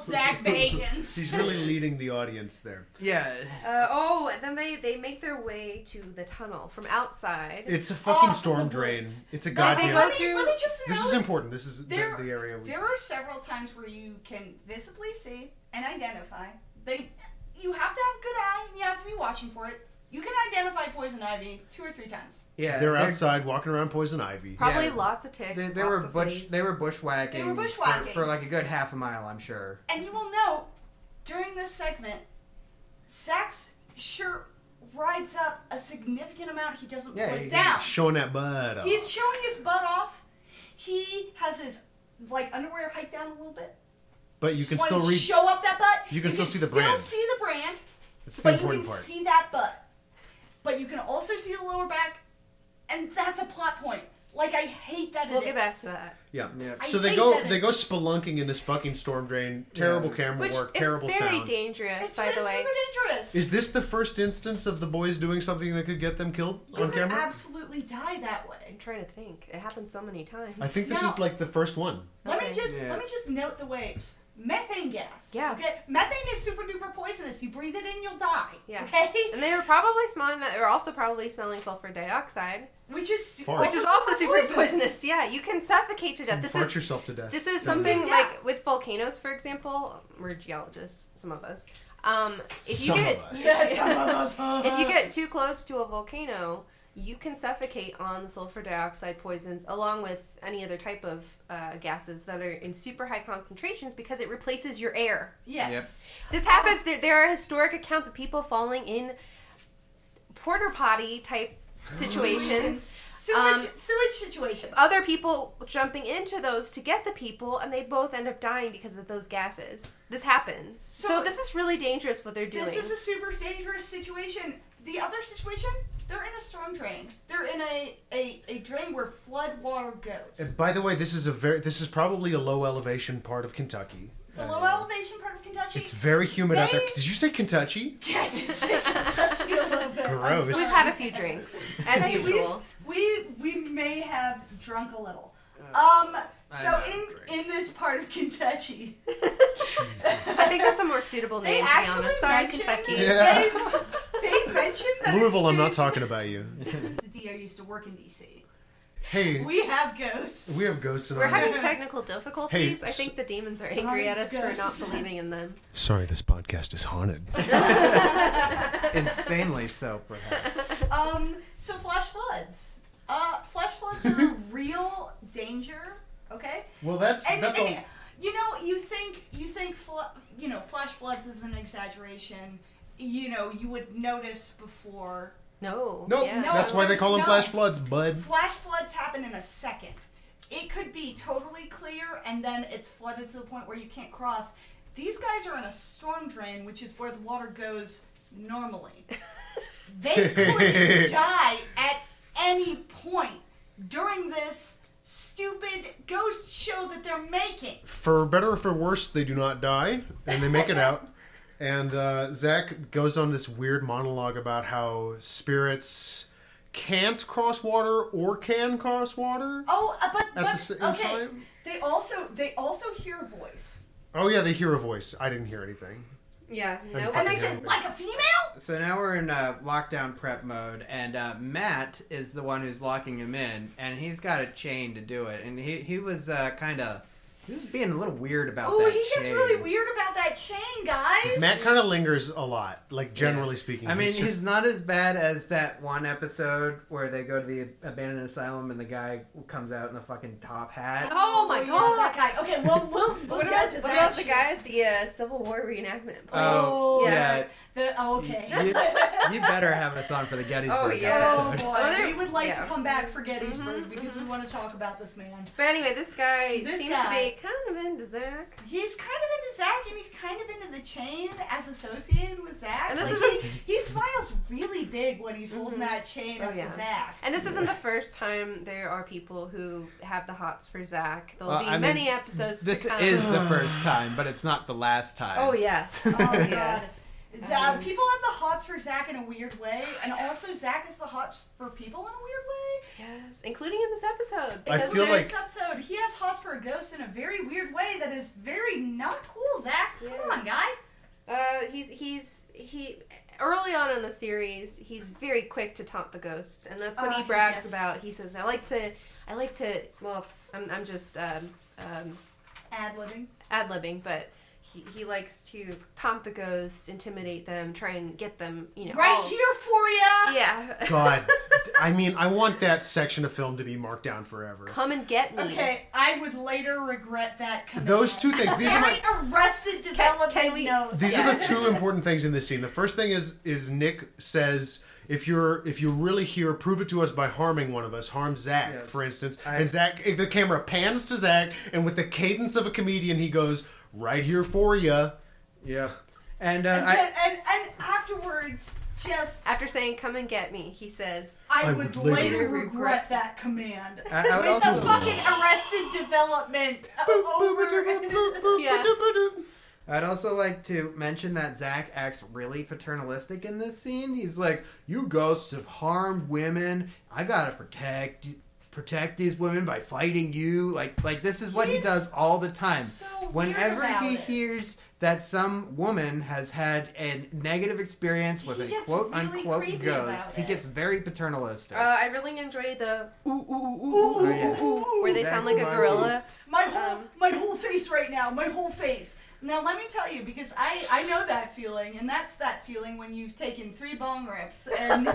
D: Zach Bagans.
A: He's really leading the audience there.
C: Yeah.
B: Uh, oh, and then they they make their way to the tunnel from outside.
A: It's a fucking
D: Off
A: storm
D: the
A: drain.
D: woods.
A: It's a
B: Like, they
A: goddamn.
B: go
D: let, me, let me just
A: This is
D: know.
A: important. This is the,
D: There-
A: the area. We,
D: there are several times where you can visibly see and identify. They, you have to have good eye and you have to be watching for it. You can identify poison ivy two or three times.
C: Yeah.
A: they're
C: there-
A: outside walking around poison ivy.
B: Probably
C: yeah.
B: lots of ticks.
C: They, they were
B: lots of
C: bush.
B: fleas.
C: They were bushwhacking.
D: They were bushwhacking.
C: for, for like a good half a mile, I'm sure.
D: And you will know during this segment, Zach's shirt rides up a significant amount. He doesn't
C: Yeah,
D: put
C: he-
D: it down.
A: Showing that butt off.
D: He's showing his butt off. He has his like underwear hiked down a little bit.
A: but you can
D: Just
A: still
D: wanted to
A: read.
D: show up that butt.
A: you can still see the brand.
D: Still see the brand,
A: It's the
D: but you can
A: important part.
D: see that butt. But you can also see the lower back, and that's a plot point. Like I hate that.
B: We'll
D: it
B: get
D: is.
B: back to that.
A: Yeah.
C: Yeah.
D: I
A: So they
D: hate
A: go
D: that
A: they
D: it-
A: go spelunking in this fucking storm drain. Terrible
C: Yeah.
A: camera
B: Which
A: work.
B: is
A: Terrible
B: very
A: sound.
B: dangerous,
D: It's,
B: by
D: it's
B: the way.
D: super dangerous.
A: Is this the first instance of the boys doing something that could get them killed
D: you
A: on
D: could
A: camera?
D: absolutely die that way.
B: I'm trying to think. It happened so many times.
A: I think this
D: No.
A: is like the first one.
D: Let me
B: Okay.
D: just
C: Yeah.
D: let me just note the waves. Methane gas.
B: Yeah.
D: Okay. Methane is super duper poisonous. You breathe it in, you'll die.
B: Yeah.
D: Okay.
B: And they were probably smelling that. They were also probably smelling sulfur dioxide,
D: Which is
A: Farts.
B: which is also super poisonous. Yeah, you can suffocate to death. This
A: Fart
B: is
A: yourself to death.
B: This is
A: Yeah.
B: something
D: Yeah.
B: like with volcanoes, for example. We're geologists, some of us. Um, if you
A: Some
B: get
A: of us.
D: Yes, some of us.
B: if you get too close to a volcano, you can suffocate on the sulfur dioxide poisons, along with any other type of uh, gases that are in super high concentrations because it replaces your air.
D: Yes.
C: Yep.
B: This happens. There, there are historic accounts of people falling in porter potty type situations.
D: Sewage,
B: Um, uh,
D: sewage situation.
B: other people jumping into those to get the people, and they both end up dying because of those gases. This happens. So,
D: So-
B: this is really dangerous what they're doing.
D: This is a super dangerous situation. The other situation, they're in a storm drain. They're in a, a, a drain where flood water goes.
A: And by the way, this is a very this is probably a low elevation part of Kentucky.
D: It's a low elevation part of Kentucky.
A: It's very humid out there.
D: They-
A: Did you say Kentucky?
D: Yeah, I did say Kentucky a little bit. I'm
A: Gross.
B: We've
D: sorry.
B: had a few drinks, as
D: Hey,
B: usual.
D: We we may have drunk a little. Um. So
C: not
D: in
C: drink.
D: in this part of Kentucky,
B: I think that's a more suitable
D: they
B: name, to be
D: actually
B: honest. Sorry,
D: mentioned
B: Kentucky.
A: Yeah.
D: They, they mentioned that it's
A: Louisville, I'm not
D: been-
A: talking about you.
D: Dio used to work in DC.
A: Hey, we,
D: We have ghosts.
A: have ghosts in
B: We're
A: our
B: having technical difficulties.
A: Hey,
B: I think the demons are angry at us for not believing in them.
A: Sorry, this podcast is haunted.
C: Insanely so, perhaps.
D: Um, so flash floods. Uh, flash floods are a real danger. Okay.
A: well, that's
D: And,
A: that's
D: and
A: all.
D: you know, you think you think flo- you know flash floods is an exaggeration. You know, you would notice before
B: No.
A: Nope.
B: Yeah.
D: No.
A: That's why they call them
D: there's
A: flash
D: not.
A: floods, bud.
D: Flash floods happen in a second. It could be totally clear and then it's flooded to the point where you can't cross. These guys are in a storm drain, which is where the water goes normally. they could die at any point during this stupid ghost show that they're making.
A: For better or for worse, they do not die, and they make it out. And uh, Zach goes on this weird monologue about how spirits can't cross water or can cross water.
D: Oh, uh, but,
A: At
D: but
A: the same
D: okay.
A: time?
D: They also they also hear a voice.
A: Oh yeah, they hear a voice. I didn't hear anything.
B: Yeah. Nope.
D: And they
A: Yeah.
D: said, like a female?
C: So now we're in uh, lockdown prep mode, and uh, Matt is the one who's locking him in, and he's got a chain to do it. And he he was uh, kind of he was being a little weird about
D: Oh,
C: that.
D: he gets
C: chain.
D: really weird about that chain, guys.
A: Matt kind of lingers a lot, like generally speaking.
C: I mean, he's,
A: just-
C: not as bad as that one episode where they go to the abandoned asylum and the guy comes out in the fucking top hat.
B: Oh my
D: yeah,
B: God.
D: that guy. Okay, well, we'll, we'll
B: What
D: get
B: about,
D: to
B: what
D: that
B: about the
D: shit.
B: guy at the uh, Civil War reenactment? place?
C: Oh,
B: yeah.
C: yeah.
D: The, oh, okay.
C: You, you better have us on for the Gettysburg
B: Oh, yeah.
D: Oh
C: episode.
D: boy,
B: Oh, there-
D: we would like
B: yeah.
D: to come back for Gettysburg
B: Mhm,
D: because we want to talk about this man.
B: But anyway, this guy
D: This
B: seems
D: guy.
B: to be kind of into Zach.
D: He's kind of into Zach, and he's kind of into the chain as associated with Zach.
B: And this
D: Like,
B: isn't-
D: he, he smiles really big when he's holding that chain
B: Oh,
D: up
B: yeah.
D: to Zach.
B: And this isn't the first time there are people who have the hots for Zach. There'll
C: Well,
B: be
C: I mean,
B: many episodes
C: This
B: to come.
C: is the first time, but it's not the last time.
B: Oh yes.
C: Oh,
D: Oh god.
B: yes.
D: It's, uh,
B: Um,
D: people have the hots for Zach in a weird way, and also Zach is the hots for people in a weird way.
B: Yes. Including in this episode.
A: I
B: because
A: feel
D: in this
B: there's-
A: like-
D: episode, he has hots for a ghost in a very weird way that is very not cool, Zach. Come
B: Yeah.
D: on, guy.
B: uh, he's he's he early on in the series he's very quick to taunt the ghosts, and that's what
D: Uh,
B: he brags
D: yes.
B: about. He says, "I like to, I like to." Well, I'm I'm just um, um,
D: Ad living.
B: ad libbing, but. He, he likes to taunt the ghosts, intimidate them, try and get them, you know.
D: Right
B: all-
D: here for ya.
B: Yeah.
A: God, I mean, I want that section of film to be marked down forever.
B: Come and get me.
D: Okay, I would later regret that. Commitment.
A: Those two things, these are
D: Very
A: my-
D: arrested development
B: we-
D: note.
A: These
B: Yeah.
A: are the two important things in this scene. The first thing is is Nick says if you're if you're really here, prove it to us by harming one of us. Harm Zach,
C: Yes.
A: for instance.
C: I-
A: and Zach, the camera pans to Zach, and with the cadence of a comedian, he goes, "Right here for ya."
C: Yeah. And, uh,
D: and,
C: I,
D: and and afterwards, just
B: After saying "Come and get me," he says,
D: I,
A: I would
D: would, later
B: later
D: regret,
B: regret-
D: that command.
C: I, I would
D: With
C: also
D: the fucking arrested development uh, over.
B: Yeah.
C: I'd also like to mention that Zach acts really paternalistic in this scene. He's like, "You ghosts have harmed women. I gotta protect protect these women by fighting you." Like, like this is what he
D: He's
C: does all the time.
D: so weird
C: Whenever
D: about
C: he
D: it.
C: hears that some woman has had a negative experience with
D: He
C: a
D: gets
C: quote
D: really
C: unquote
D: creepy about
C: ghost, he
D: it.
C: gets very paternalistic.
B: uh, "I really enjoy the ooh ooh ooh ooh,
D: Ooh,
B: ooh,
D: ooh,
C: yeah.
D: ooh, ooh,
B: where they
C: That's
B: sound like a
C: right.
B: gorilla."
D: My whole
B: Um,
D: my whole face right now, my whole face. Now let me tell you because I I know that feeling, and that's that feeling when you've taken three bong rips and you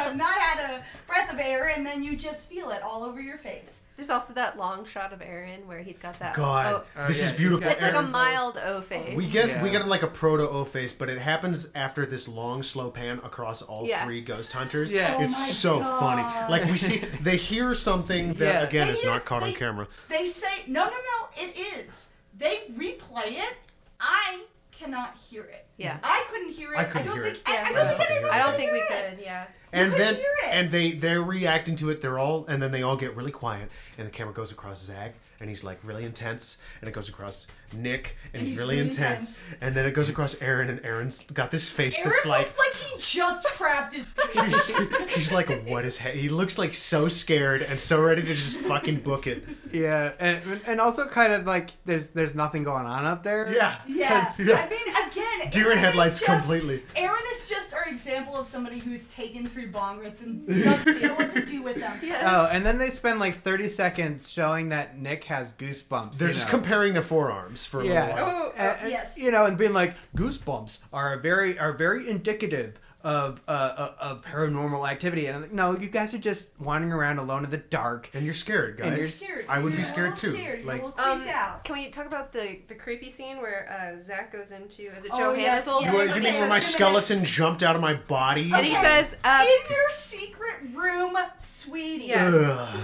D: have not had a breath of air, and then you just feel it all over your face.
B: There's also that long shot of Aaron where he's got that.
A: God,
B: Oh,
C: Oh,
A: this
C: yeah,
A: is
C: he's
A: beautiful.
C: got
B: it's like a
C: Aaron's
B: mild O face.
A: We get we
C: Yeah.
A: get like a proto O face, but it happens after this long slow pan across all
B: Yeah.
A: three ghost hunters.
C: Yeah. Oh
A: it's
D: my
A: so
D: God.
A: funny. Like we see they hear something that
C: Yeah.
A: again
D: They
A: is
D: hear-
A: not caught on
D: they-
A: camera.
D: They say no, no, no, it is. They replay it. I cannot hear it.
B: Yeah.
D: I couldn't hear it.
A: I
D: I,
A: couldn't
D: don't
A: hear
D: think
A: it.
D: I, I
B: Yeah.
D: don't think
A: I
D: anyone.
A: couldn't
B: I don't think we
D: hear it.
B: could. Yeah.
A: and
D: couldn't
A: then
D: hear it.
A: and they they're reacting to it they're all and then they all get really quiet and the camera goes across zag and he's like really intense and it goes across nick and, he's, really, intense. and then it goes across aaron and aaron's got this face
D: Aaron
A: that's like
D: looks like he just crapped his
A: he's, he's like what is he he looks like so scared and so ready to just fucking book it
C: Yeah, and, and also kind of like there's there's nothing going on up there.
A: yeah
D: Yeah.
A: yeah.
D: I mean, again,
A: Deer in
D: Aaron is
A: headlights
D: just-
A: completely.
D: Aaron is just our example of somebody who's taken three bong rits and doesn't know what to do with them.
B: Yeah.
C: Oh, and then they spend like 30 seconds showing that Nick has goosebumps.
A: they're
C: you
A: just
C: know.
A: comparing their forearms for a
C: Yeah. uh,
A: little while
B: Oh,
C: And- and,
D: yes.
C: You know, and being like goosebumps are a very are very indicative of uh, of- of paranormal activity. And I'm like, no, you guys are just wandering around alone in the dark.
A: And you're scared, guys.
C: And you're
D: Scared.
A: I would
D: You're
A: be
D: a
A: scared
D: little
A: too.
D: Scared.
A: Like,
D: You're a little
B: Um,
D: creeped out.
B: Can we talk about the the creepy scene where uh, Zach goes into is it
D: Oh,
B: Joe
D: yes,
B: Hanna's old
D: yes.
A: you
D: wanna
A: want to give
B: house? And
A: me
B: he
A: where my
B: says-
A: skeleton jumped out of my body?
B: And he
D: Okay.
B: says, uh,
D: in your secret room, sweetie.
B: Yeah.
A: Ugh.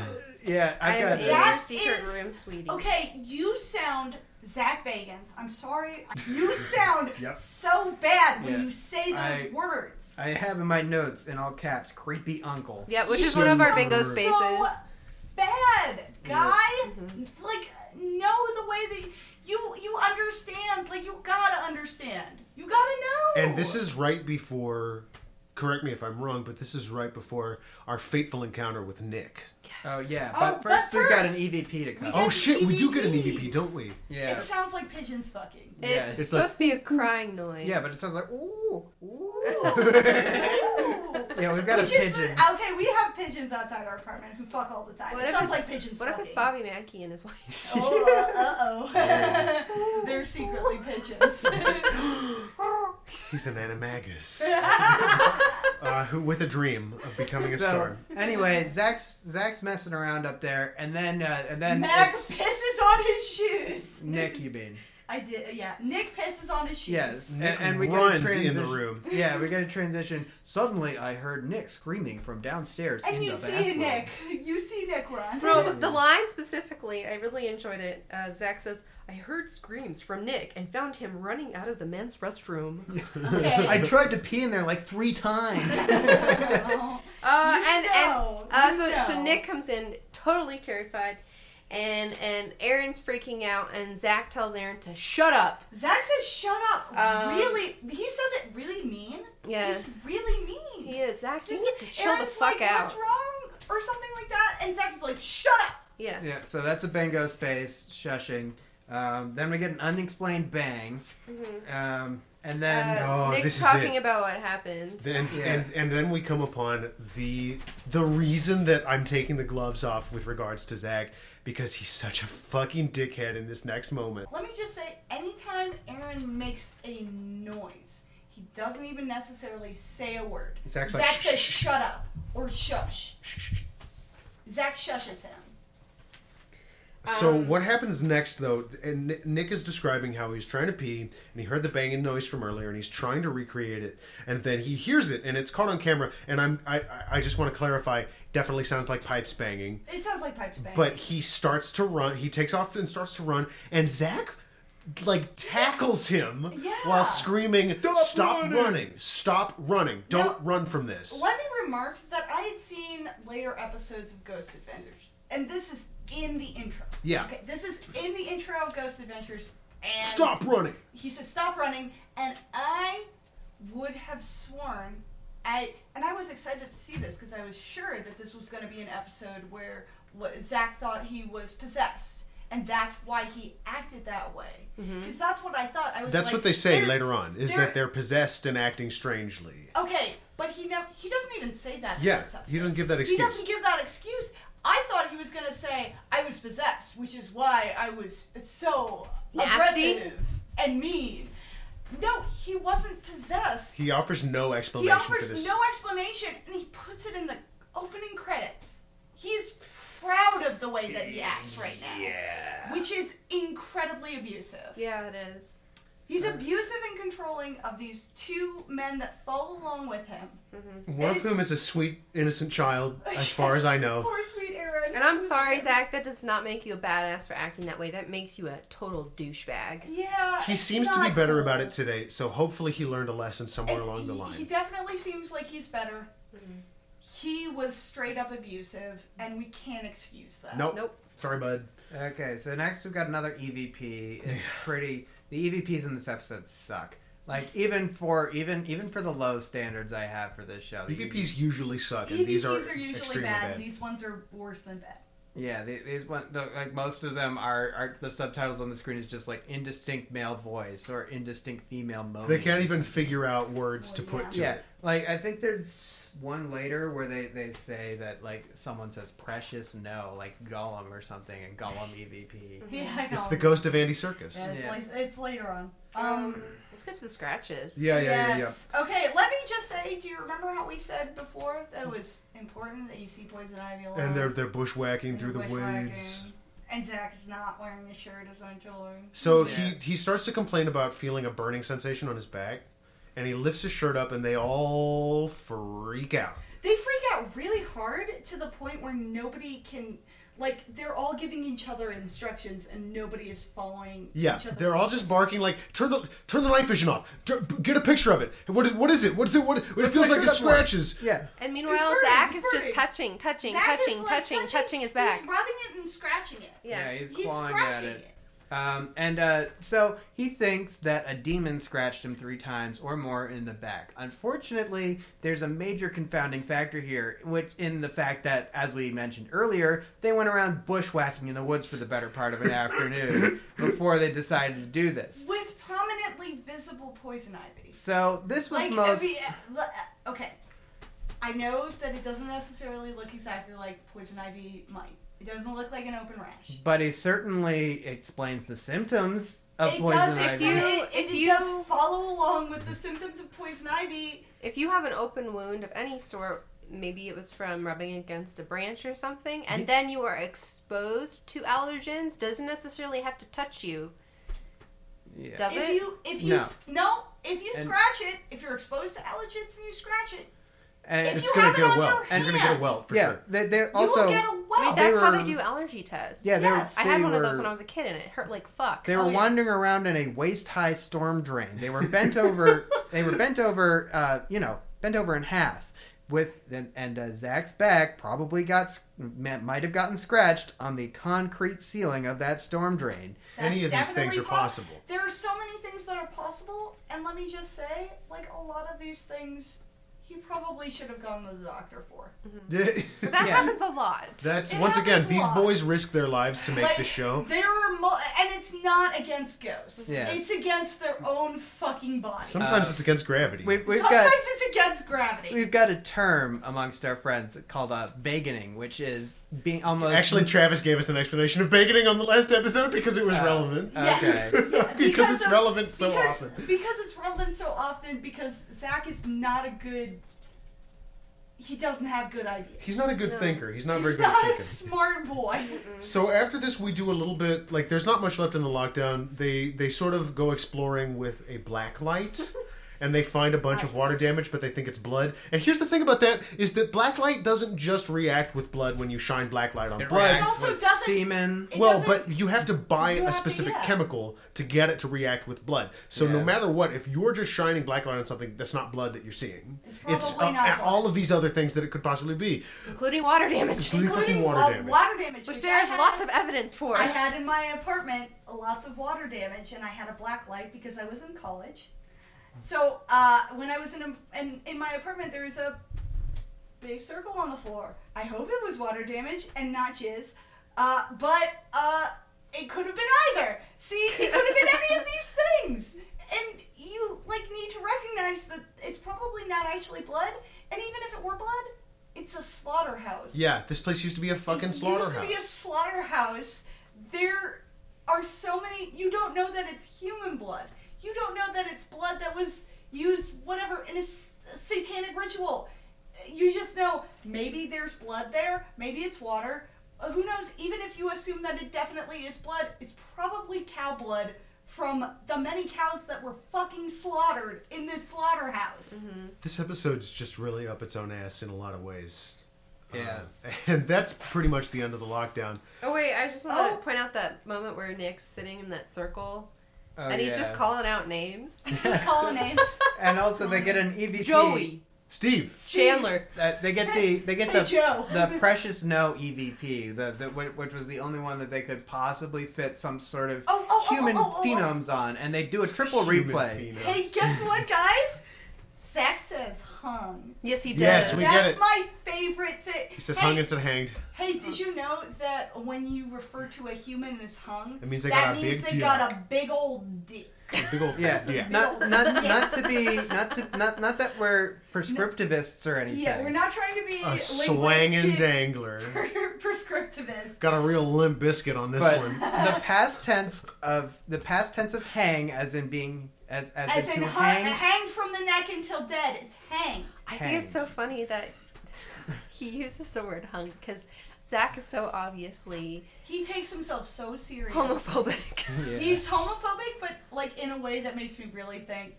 C: Yeah, I
B: "I'm
C: got
B: in
D: Yeah.
B: your
D: That
B: secret
D: is-
B: room, sweetie."
D: Okay, you sound Zach Bagans. I'm sorry. You sound
A: Yep.
D: so bad when
C: Yeah.
D: you say those
C: I-
D: words.
C: I have in my notes in all caps, creepy uncle.
B: Yeah, which is one of our
A: So-
B: bingo
A: so-
B: spaces. Mm-hmm.
D: So bad, guy.
B: Mhm.
D: Like, know the way that you you understand. Like, you gotta understand. You gotta know.
A: And this is right before. Correct me if I'm wrong, but this is right before our fateful encounter with Nick.
C: Oh yeah,
D: Oh,
C: but
D: but
C: first we've got an
D: first-
C: EVP to
D: We
C: come.
D: got-
A: Oh shit, we do get an
D: EVP.
A: EVP, don't we?
C: yeah,
D: It sounds like pigeons fucking.
B: It-
C: Yeah,
B: it's,
A: it's
B: supposed to be a crying noise.
C: yeah, but it sounds like ooh, ooh.
D: Ooh.
C: yeah, we've got a
D: Which is
C: pigeon.
D: the- okay, we have pigeons outside our apartment who fuck all the time.
B: What
D: it
B: if
D: sounds
B: it's-
D: like pigeons.
B: what if it's
D: fucking.
B: Bobby Mackey and his wife?
D: Oh, uh oh. They're secretly pigeons.
A: He's an animagus. uh, who, with a dream of becoming a
C: So
A: star.
C: anyway, Zach's Zach's messing around up there, and then uh, and then
D: Mac
C: it's
D: pisses on his shoes.
C: Nick Eubain.
D: I did, yeah. Nick pisses on his shoes.
C: Yes, and,
A: Nick
C: and we get a
A: runs
C: transition.
A: in the room.
C: Yeah, we get a transition. Suddenly, I heard Nick screaming from downstairs.
D: And
C: in
D: you
C: the
D: see
C: bathroom.
D: Nick. You see Nick run.
B: Bro, the line specifically, I really enjoyed it. Uh, Zach says, "I heard screams from Nick and found him running out of the men's restroom."
D: Okay.
C: I tried to pee in there like three times.
D: Oh,
B: Uh,
D: you
B: and and
D: know,
B: uh,
D: you
B: so so
D: know.
B: Nick comes in totally terrified, and and Aaron's freaking out, and Zach tells Aaron to shut up.
D: Zach says, "Shut up."
B: Um,
D: really, he says it really mean.
B: Yeah,
D: He's really mean.
B: he is. Zach, you
D: Just-
B: need to chill
D: Aaron's
B: the fuck
D: like,
B: out.
D: What's wrong? Or something like that. And Zach's like, shut up.
B: Yeah.
C: yeah, so that's a bingo space shushing. Um, then we get an unexplained bang,
D: Mm-hmm.
B: mhm.
C: um, and then
B: Uh,
A: Oh,
B: Nick's
A: this is
B: talking
A: it.
B: about what happened.
A: And,
C: Yeah.
A: and and then we come upon the the reason that I'm taking the gloves off with regards to Zach because he's such a fucking dickhead in this next moment.
D: Let me just say, anytime Aaron makes a noise, he doesn't even necessarily say a word.
C: Zach's
D: Zach
C: like,
D: says, shut up or shush. Zach shushes him.
A: So
B: Um,
A: what happens next though? And Ni- Nick is describing how he's trying to pee and he heard the banging noise from earlier and he's trying to recreate it and then he hears it and it's caught on camera and I'm I I- I just want to clarify definitely sounds like pipes banging
D: It sounds like pipes bang.
A: but he starts to run he takes off and starts to run and Zach like tackles him
D: Yeah.
A: while screaming
C: Stop
A: stop,
C: running!"
A: running. stop running don't run from this
D: Let me remark that I had seen later episodes of Ghost Adventures, and this is in the intro.
A: Yeah.
D: Okay, this is in the intro of Ghost Adventures. And
A: stop running
D: he says stop running and i would have sworn i and i was excited to see this because i was sure that this was going to be an episode where what zach thought he was possessed and that's why he acted that way because that's what i thought i was
A: that's
D: like,
A: what they say
D: "They're-
A: later on is
D: they're-
A: that they're possessed and acting strangely
D: okay but he never he doesn't even say that in
A: yeah
D: this
A: he
D: episode.
A: doesn't give that
D: He
A: excuse
D: doesn't give that excuse. I thought he was gonna say I was possessed, which is why I was so
B: Nasty?
D: aggressive and mean. No, he wasn't possessed.
A: He offers no
D: He
A: explanation for
D: offers
A: this.
D: no explanation, and he puts it in the opening credits. He's proud of the way that he acts right now,
A: Yeah.
D: which is incredibly abusive.
B: Yeah, it is.
D: He's abusive and controlling of these two men that follow along with him.
A: One
D: And
A: of whom is a sweet, innocent child, as far as I know.
D: Poor sweet Aaron.
B: And I'm sorry, Zach, that does not make you a badass for acting that way. That makes you a total douchebag.
D: Yeah.
A: He
D: it's
A: seems to be
D: not
A: better
D: cool.
A: about it today, so hopefully he learned a lesson somewhere
D: It's-
A: along the
D: he- He
A: line.
D: definitely seems like he's better.
B: Mm-hmm.
D: He was straight up abusive, and we can't excuse that.
A: Nope.
B: Nope.
A: Sorry, bud.
C: Okay, so next we've got another EVP. It's pretty. The EVPs in this episode suck. Like even for even even for the low standards I have for this show, the
A: E
C: E EVPs.
A: EVPs usually suck, and
D: PvPs
A: these
D: are,
A: are,
D: usually
A: extremely
D: bad.
A: bad.
D: These ones are worse than bad.
C: Yeah, the- these one the- like most of them are, are the subtitles on the screen is just like indistinct male voice or indistinct female moan.
A: They can't even figure out words to
D: Oh, yeah.
A: put to
C: Yeah,
A: it.
C: like I think there's one later where they they say that like someone says precious no like Gollum or something and Gollum E EVP.
D: Yeah, I
B: Mm-hmm.
A: It's
D: know.
A: the ghost of Andy Circus.
D: Yeah, it's,
C: Yeah.
D: like- it's later on. Um,
B: Um, Let's get some scratches.
C: Yeah, yeah, yeah, yeah.
D: Okay, let me just say, do you remember how we said before that it was important that you see poison ivy alone?
A: And they're they're bushwhacking
D: And
A: through the
D: bushwhacking. Mm-hmm.
A: woods.
D: And Zach is not wearing his shirt as I'm jewelry.
A: So
C: Yeah.
A: he he starts to complain about feeling a burning sensation on his back, and he lifts his shirt up, and they all freak out.
D: They freak out really hard to the point where nobody can. Like they're all giving each other instructions and nobody is following.
A: Yeah,
D: each other's
A: they're all just barking like turn the turn the night vision off. Tur- b- Get a picture of it. What is what is it? What is it? What it feels like
C: shirt
A: it
C: up more.
A: scratches.
C: Yeah.
B: And meanwhile,
D: burning,
B: Zach
D: he's
B: is just
D: burning.
B: touching, touching,
D: Zach is,
B: touching,
D: like,
B: touching, touching his back.
D: He's rubbing it and scratching it.
B: Yeah.
C: Yeah, he's
D: He's
C: clawing at
D: scratching
C: it.
D: it.
C: Um, and uh, so he thinks that a demon scratched him three times or more in the back. Unfortunately, there's a major confounding factor here, which in the fact that, as we mentioned earlier, they went around bushwhacking in the woods for the better part of an afternoon before they decided to do this.
D: with prominently visible poison ivy.
C: So this was
D: Like
C: most.
D: every uh, okay, I know that it doesn't necessarily look exactly like poison ivy might. It doesn't look like an open rash.
C: But he certainly explains the symptoms of
D: it
C: poison
D: does
C: ivy.
D: If you,
B: If
D: it,
B: you-
D: does follow along with the symptoms of poison ivy.
B: If you have an open wound of any sort, maybe it was from rubbing against a branch or something, and then you are exposed to allergens, doesn't necessarily have to touch you,
C: Yeah.
B: does
D: if
B: it?
D: you if you
C: No.
D: s- no if you
C: And-
D: scratch it if you're exposed to allergens and you scratch it
C: And
D: If
A: It's
D: you
A: gonna
D: have it
A: get
D: on
A: a welt.
D: your
A: You're gonna get
D: hand,
A: a welt for
C: yeah,
A: sure.
C: they, they're
D: you
C: also.
D: will get a
B: I mean,
D: welt.
C: they
B: that's how
C: were-
B: they do allergy tests.
C: yeah, they,
D: Yes.
B: I had
C: they
B: one of those
C: were-
B: when I was a kid, and it hurt like fuck.
C: They
D: Oh,
C: were
D: yeah.
C: wandering around in a waist-high storm drain. They were bent over. they were bent over. Uh, you know, bent over in half. With and, and uh, Zach's back probably got s- ma- might have gotten scratched on the concrete ceiling of that storm drain.
D: That's
A: Any of these
D: definitely
A: things are
D: pos-
A: possible.
D: There are so many things that are possible, and let me just say, like a lot of these things, he probably should have gone to the doctor for.
B: that
C: Yeah.
B: happens a lot.
A: That's
D: It
A: once again
D: happens a
A: these
D: lot.
A: boys risk their lives to make
D: Like,
A: the show.
D: There are, mo- and it's not against ghosts.
C: Yes.
D: It's against their own fucking body.
A: Sometimes
C: Uh,
A: it's against gravity.
C: We, we've
D: Sometimes
C: got
D: it's against gravity.
C: we've got a term amongst our friends called uh, veganing, which is being almost
A: Actually, Travis gave us an explanation of baconing on the last episode because it was
C: Uh,
A: relevant.
C: uh,
D: Yes.
C: Okay.
D: Yeah,
A: Because it's relevant so
D: because-
A: often.
D: Because it's relevant so often. Because Zach is not a good. He doesn't have good ideas.
A: He's not a good
B: No.
A: thinker. He's not
D: He's
A: very good
D: not
A: at
D: a
A: thinking.
D: smart boy.
A: So after this, we do a little bit like there's not much left in the lockdown. They they sort of go exploring with a black light. And they find a bunch of water damage, but they think it's blood. And here's the thing about that is that black light doesn't just react with blood when you shine black light on
C: it
A: blood.
D: It
C: reacts
D: also
C: with
D: doesn't-
C: semen.
D: It
A: well,
D: doesn't-
A: but you have to buy
D: You
A: a
D: have to-
A: specific
D: yeah.
A: chemical to get it to react with blood. So no
C: Yeah.
A: matter what, if you're just shining black light on something, that's not blood that you're seeing.
D: It's probably
A: uh,
D: not
A: and
D: blood.
A: all of these other things that it could possibly be.
B: including water damage,
A: Including fucking water
D: uh,
A: damage.
D: water damage,
B: which
D: which
B: there's
D: I had-
B: lots of evidence for.
D: I had in my apartment lots of water damage, and I had a black light because I was in college. So uh, when I was in, a, in in my apartment, there was a big circle on the floor. I hope it was water damage and not jizz, uh, but uh, it could have been either. See, it could have been any of these things. And you like need to recognize that it's probably not actually blood. And even if it were blood, it's a slaughterhouse.
A: Yeah, this place used to be a fucking slaughterhouse.
D: It used to be a slaughterhouse. There are so many. You don't know that it's human blood. You don't know that it's blood that was used, whatever, in a s- satanic ritual. You just know maybe there's blood there, maybe it's water. Uh, Who knows? Even if you assume that it definitely is blood, it's probably cow blood from the many cows that were fucking slaughtered in this slaughterhouse.
C: Mm-hmm.
A: This episode's just really up its own ass in a lot of ways.
C: Yeah.
A: Uh, and that's pretty much the end of the lockdown.
B: oh wait, I just want to
D: Oh.
B: point out that moment where Nick's sitting in that circle
C: Oh,
B: and he's just
C: yeah.
B: calling out names.
D: Just calling names.
C: And also, they get an E EVP.
B: Joey,
A: Steve,
B: Chandler.
C: Uh, they get the they get
D: Hey,
C: the
D: Joe.
C: the precious no EVP, the, the whi- which was the only one that they could possibly fit some sort of
D: Oh, oh, oh,
C: human
D: oh, oh, oh.
C: phenoms on, and they do a triple
A: human
C: replay.
A: phenom.
D: hey, guess what, guys? Zach says hung.
B: Yes, he did.
A: Yes, we- get
D: That's
A: it.
D: my favorite thing.
A: He says
D: hey,
A: hung instead of hanged.
D: hey, did you know that when you refer to a human as hung,
A: It means they
D: that
A: got a
D: means
A: big
D: they
A: dick.
D: got a big old dick.
A: A Big old
C: Yeah,
A: yeah.
C: Not, not not to be not to not not that we're prescriptivists or anything.
D: Yeah, we're not trying to be
A: A swangin' dangler.
D: prescriptivist.
A: Got a real limp biscuit on this
C: But
A: one.
C: the past tense of the past tense of hang, as in being As as,
D: As
C: if
D: in
C: to
D: hung,
C: hang.
D: hanged from the neck until dead. It's hanged.
B: I think it's so
C: Hanged.
B: funny that he uses the word hung because Zach is so obviously
D: He takes himself so serious.
B: homophobic.
C: Yeah.
D: He's homophobic, but like in a way that makes me really think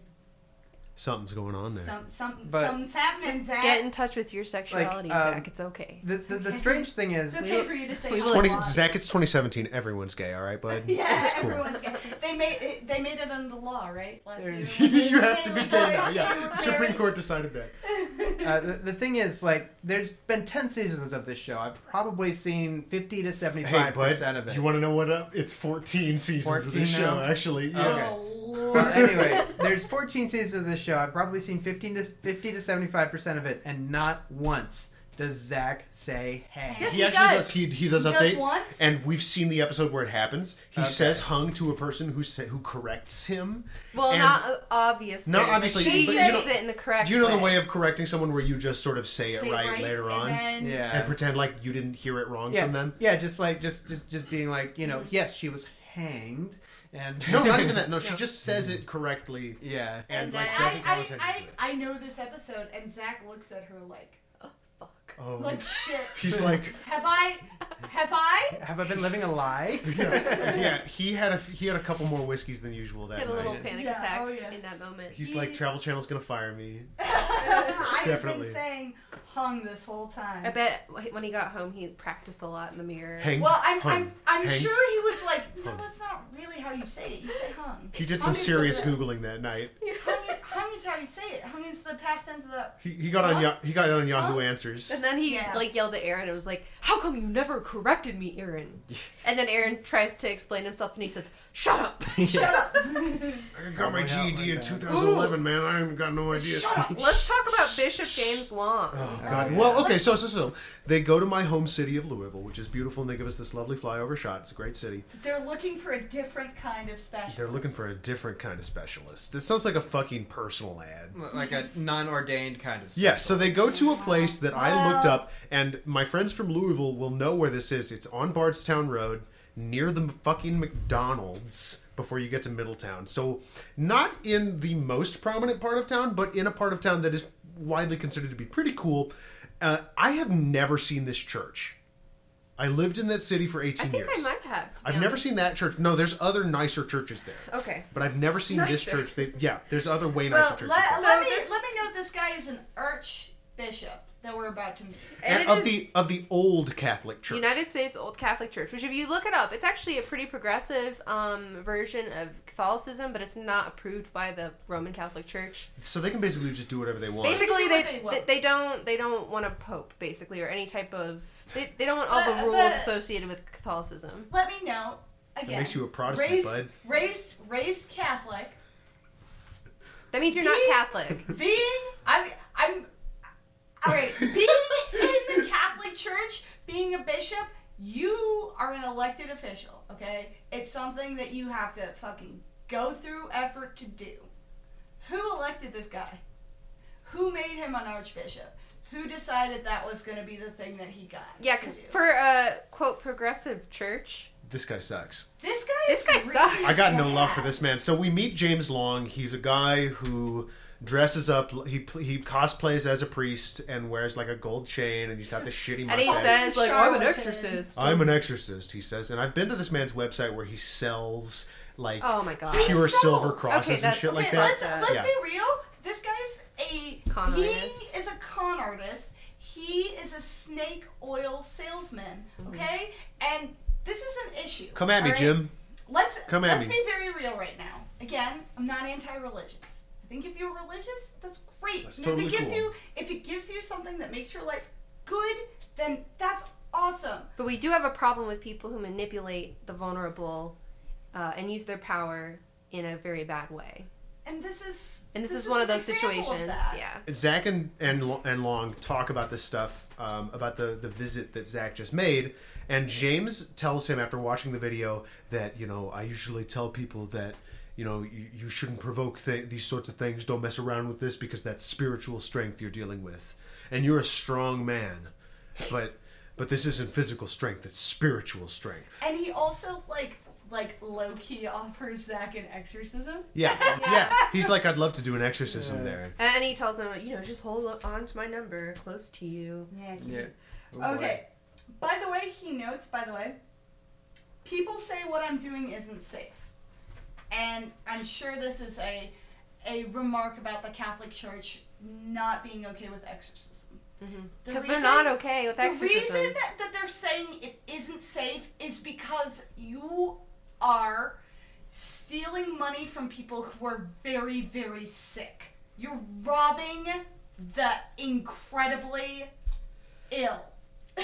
A: Something's going on there.
D: some, some,
C: But-
D: something's happening,
B: Just
D: Zach.
B: get in touch with your sexuality,
C: um,
B: Zach. It's okay.
C: the, the, the strange thing is,
D: It's okay for you to say
B: It's
D: a
A: Twenty,
D: lot.
A: Zach, it's 2017. Everyone's gay, all right, bud?
D: Yeah,
A: It's cool.
D: everyone's gay. They made they made it under law, right? Last year.
A: you have to be
D: They
A: gay now.
D: legalized
A: Yeah,
D: gay
A: Supreme
D: marriage.
A: Court decided that.
C: uh, the, the thing is, like, there's been ten seasons of this show. I've probably seen fifty to
A: Hey,
C: seventy-five
A: bud,
C: percent of it.
A: do you want to know what up? It's 14 seasons of
C: 14
A: this show,
C: now?
A: actually. Yeah.
C: Okay.
D: Oh
C: Well,
D: lord.
C: anyway, there's 14 seasons of this show. I've probably seen 15 to 50 to 75 percent of it, and not once does Zach say "hey."
B: Yes,
A: He,
B: he
A: actually
B: does.
A: does. He, he does
D: He does
A: update.
D: once?
A: And we've seen the episode where it happens. He
C: Okay.
A: says hung to a person who sa- who corrects him.
B: Well,
A: And
B: not obviously.
A: Not
B: but
A: obviously,
B: She
D: but you
B: says
D: know-
B: it in the correct.
A: Do you know the
B: way.
A: way of correcting someone where you just sort of say it
D: Say
A: right, later on
D: And then,
C: Yeah.
A: and pretend like you didn't hear it wrong
C: yeah,
A: from them?
C: yeah, just like just, just just being like, you know, yes, she was hanged, and
A: No, not even that. No, she
B: No.
A: just says it correctly
C: Yeah,
A: and,
D: And
A: like
D: then
A: doesn't call
D: I,
A: attention
D: I,
A: to it.
D: I, I know this episode, and Zach looks at her like,
B: Fuck.
A: Oh,
D: like shit.
A: he's like,
D: Have I? Have I?
C: have I been living a lie?
A: yeah, he had a he had a couple more whiskeys than usual that
B: Get a little
A: night.
B: panic
D: Yeah,
B: attack
D: oh, yeah.
B: in that moment.
A: He's like, Travel Channel's gonna fire me.
D: I've
A: Definitely.
D: been saying hung this whole time.
B: I bet when he got home, he practiced a lot in the mirror.
A: Hang.
D: Well, I'm,
A: hung,
D: I'm, I'm
A: hanged.
D: sure he was like, no,
A: Hung.
D: that's not really how you say it. You say hung.
A: He did
D: Hung
A: some
D: is the-
A: serious googling that night.
D: Hung is, hung is how you say it. Hung is the past tense of the.
A: He, he got on
D: Huh?
A: Ya- he got on Yahoo
D: Huh?
A: Answers.
B: And then he
D: Yeah.
B: like yelled at Aaron and was like, "How come you never corrected me, Aaron?" and then Aaron tries to explain himself and he says, "Shut up."
D: Shut up!
A: I
C: got Oh my
A: E
C: GED in
A: 2011, man. I ain't got no idea.
D: Shut up!
B: Let's talk about Bishop James Long.
A: Oh
C: Oh,
A: God!
C: yeah.
A: Well, okay. So, so, so they go to my home city of Louisville, which is beautiful, and they give us this lovely flyover shot. It's a great city.
D: They're looking for a different kind of special.
A: They're looking for a different kind of specialist. It sounds like a fucking personal ad.
C: like a non-ordained kind of.
A: Yeah, so they go to a place that I looked up, and my friends from Louisville will know where this is. It's on Bardstown Road, near the fucking McDonald's before you get to Middletown. So, not in the most prominent part of town, but in a part of town that is widely considered to be pretty cool. Uh, I have never seen this church. I lived in that city for 18
B: I think
A: years.
B: I might have. to be
A: I've never
B: honest.
A: seen that church. No, there's other nicer churches there.
B: Okay.
A: But I've never seen this
B: Oh. Nicer.
A: church. They, yeah, there's other way nicer
D: Well, let,
A: churches. there.
D: let,
B: So
D: me,
B: this-
D: let me note this guy is an archbishop that we're about to meet.
B: And
A: And
B: it
A: of
B: is
A: the of the old Catholic Church.
B: United States Old Catholic Church, which if you look it up, it's actually a pretty progressive um, version of Catholicism, but it's not approved by the Roman Catholic Church.
A: so they can basically just do whatever they want.
B: Basically,
D: They can do
B: they
D: what they
B: they,
D: want.
B: don't they don't want a pope basically or any type of they, they don't want all
D: But-
B: the rules
D: but-
B: associated with Catholicism.
D: Let me note again.
A: makes you a Protestant,
D: raised,
A: bud.
D: Raised, raised Catholic.
B: That means you're not
D: Me-
B: Catholic.
D: being I'm I'm all right. Being in the Catholic Church, being a bishop, you are an elected official. Okay, it's something that you have to fucking go through effort to do. Who elected this guy? Who made him an archbishop? Who decided that was going to be the thing that he got?
B: Yeah,
D: to
B: because
D: do?
B: for a quote progressive church,
A: this guy sucks.
D: this guy,
B: This
D: is
B: guy
D: really
B: sucks.
A: I got no
D: sad.
A: love for this man. So we meet James Long. He's a guy who dresses up. He pl- he cosplays as a priest and wears like a gold chain, and he's got this shitty
B: and he
A: mustache.
B: says like I'm an
D: Charlatan.
B: exorcist.
A: "I'm an exorcist," he says. And I've been to this man's website where he sells like
B: Oh my god.
D: He's-
A: pure
D: sells.
A: silver crosses
B: Okay,
A: and
B: that's-
A: shit like
D: Okay,
A: that.
D: let's let's
A: Yeah.
D: be real. This guy's a
B: Con
D: he
B: artist.
D: is a con artist. He is a snake oil salesman.
B: Mm-hmm.
D: Okay, and this is an issue.
A: Come at me,
D: all right?
A: Jim.
D: Let's
A: Come at
D: let's
A: me.
D: be very real right now. Again, I'm not anti-religious. I think if you're religious, that's great.
A: That's
D: and
A: totally
D: if it gives
A: cool.
D: you if it gives you something that makes your life good, then that's awesome.
B: But we do have a problem with people who manipulate the vulnerable uh, and use their power in a very bad way.
D: And this is
B: And this, is
D: is
B: one of
D: an
B: those
D: example of
B: situations.
D: that.
B: yeah.
A: Zach and and Lo- and Long talk about this stuff um, about the the visit that Zach just made, and James tells him after watching the video that you know I usually tell people that you know you, you shouldn't provoke th- these sorts of things. Don't mess around with this because that's spiritual strength you're dealing with, and you're a strong man, but but this isn't physical strength. It's spiritual strength.
D: And he also like like low key offers Zach an exorcism.
A: Yeah.
B: Yeah.
A: Yeah. He's like, I'd love to do an exorcism
C: Yeah.
A: there.
B: And he tells him, you know, just hold on to my number, close to you.
D: Yeah.
C: Yeah. Oh, boy.
D: Okay. By the way, he notes, by the way, people say what I'm doing isn't safe. And I'm sure this is a a remark about the Catholic Church not being okay with exorcism. The
B: Because Mm-hmm. they're
D: reason-
B: not okay with exorcism.
D: The reason that, that they're saying it isn't safe is because you are stealing money from people who are very, very sick. You're robbing the incredibly ill.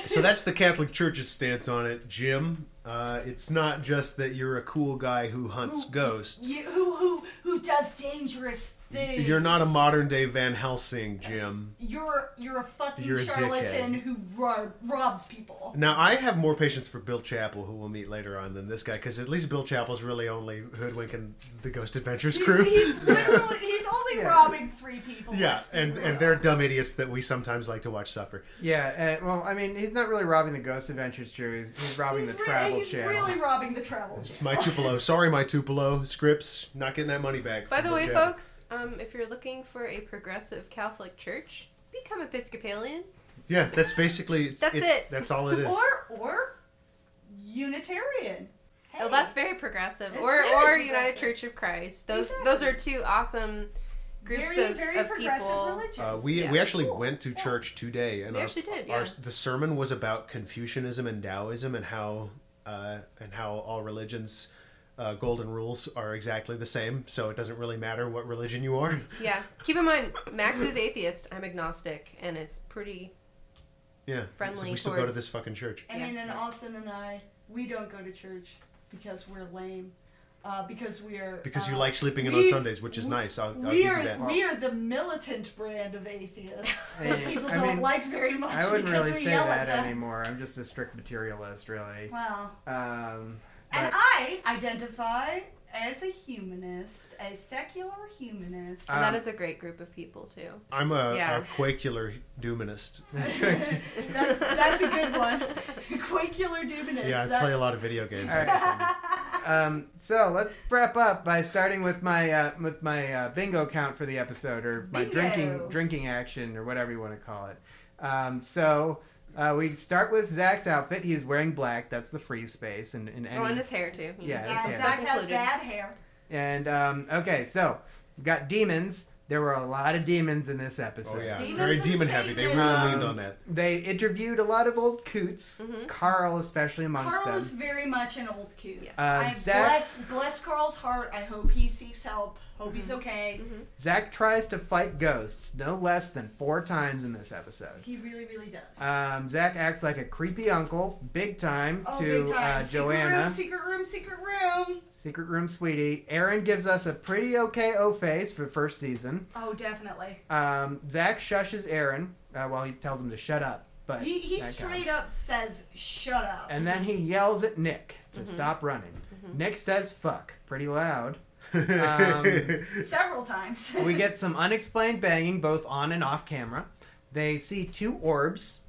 A: So that's the Catholic Church's stance on it, Jim. Uh, it's not just that you're a cool guy who hunts
D: Who-
A: ghosts.
D: You, who, who, who does dangerous things.
A: You're not a modern day Van Helsing, Jim.
D: You're, you're a fucking
A: You're a
D: charlatan
A: dickhead.
D: who ro- robs people.
A: Now, I have more patience for Bill Chappell, who we'll meet later on, than this guy, because at least Bill Chappell's really only hoodwinking the Ghost Adventures
D: He's,
A: crew.
D: he's literally, he's only robbing three people.
A: yeah,
D: Let's be
A: and,
D: real.
A: and they're dumb idiots that we sometimes like to watch suffer.
C: Yeah, uh, well, I mean, he's not really robbing the Ghost Adventures True. He's, he's robbing the
D: re-
C: Travel
D: he's
C: Channel.
D: really robbing the travel channel.
A: It's my Tupelo. Sorry, my Tupelo. Scripts, not getting that money back.
B: By
A: from
B: the
A: Bill
B: way,
A: Chappell.
B: folks, um, if you're looking for a progressive Catholic church, become Episcopalian.
A: Yeah, that's basically it's,
B: That's
A: it's,
B: it.
A: That's all it is.
D: Or or Unitarian. Hey.
B: Oh, that's very progressive.
D: It's
B: or
D: very
B: or
D: progressive.
B: United Church of Christ. Those
D: Exactly.
B: those are two awesome groups
D: very,
B: of,
D: very
B: of
D: progressive
B: people.
D: religions.
A: Uh, we
B: Yeah.
A: we actually
D: Cool.
A: went to
D: Yeah.
A: church today, and
B: We
A: our,
B: actually did,
A: our-
B: yeah.
A: the sermon was about Confucianism and Taoism and how uh, and how all religions. Uh, golden rules are exactly the same, so it doesn't really matter what religion you are.
B: Yeah. Keep in mind, Max is atheist. I'm agnostic, and it's pretty.
A: Yeah, so
B: Friendly
A: we still go to
B: towards-
A: this fucking church.
D: I mean,
B: Yeah.
D: and Austin and I, we don't go to church because we're lame. Uh, because we are
A: Because you
D: uh,
A: like sleeping in
D: we-
A: on Sundays, which is
D: we-
A: nice. I'll, I'll give
D: we
A: you
D: are
A: that.
D: we are the militant brand of atheists that
C: Hey,
D: people
C: I
D: don't
C: mean,
D: like very much
C: I wouldn't
D: because
C: really
D: we
C: say
D: yell at
C: that
D: them.
C: anymore. I'm just a strict materialist, really.
D: Well,
C: Um,
D: and
C: but-
D: I identify as a humanist, a secular humanist.
B: And
C: Um,
B: that is a great group of people too.
A: I'm a,
B: Yeah.
A: a quacular doominist.
D: that's that's a good one. The Quakular Duminous.
A: Yeah, I
D: that-
A: play a lot of video games.
C: All right. um, so let's wrap up by starting with my uh, with my uh, bingo count for the episode, or my
D: Bingo.
C: drinking drinking action, or whatever you want to call it. Um, so uh, we start with Zach's outfit. He's wearing black. That's the free space, and and,
B: oh, and his hair too.
C: Yeah,
B: His
D: yeah,
C: his
B: hair.
D: Zach
B: That's
D: has
B: included.
D: bad hair.
C: and um, okay, so we've got demons. There were a lot of demons in this episode.
A: Oh yeah,
D: Demons
A: very
D: and
A: demon heavy. They really
D: Satanism.
A: leaned on that.
C: They interviewed a lot of old coots,
B: Mhm.
C: Carl especially amongst
D: Mm-hmm. Carl
C: them.
D: is very much an old coot.
B: Yeah.
C: uh,
D: I
C: Zach,
D: bless bless Carl's heart. I hope he seeks help. Hope he's okay.
C: Zach tries to fight ghosts no less than four times in this episode.
D: He really, really does.
C: Um, Zach acts like a creepy uncle, big time,
D: oh,
C: to
D: big time.
C: Uh,
D: secret
C: Joanna.
D: room, secret room, secret room.
C: Secret room, sweetie. Aaron gives us a pretty okay O face for first season.
D: Oh, definitely.
C: Um, Zach shushes Aaron uh, while he tells him to shut up. But
D: He he
C: that
D: straight
C: counts.
D: up says, "Shut up."
C: And then he yells at Nick to
D: Mm-hmm.
C: stop running. Nick says "fuck" pretty loud. Um,
D: Several times.
C: we get some unexplained banging both on and off camera. They see two orbs.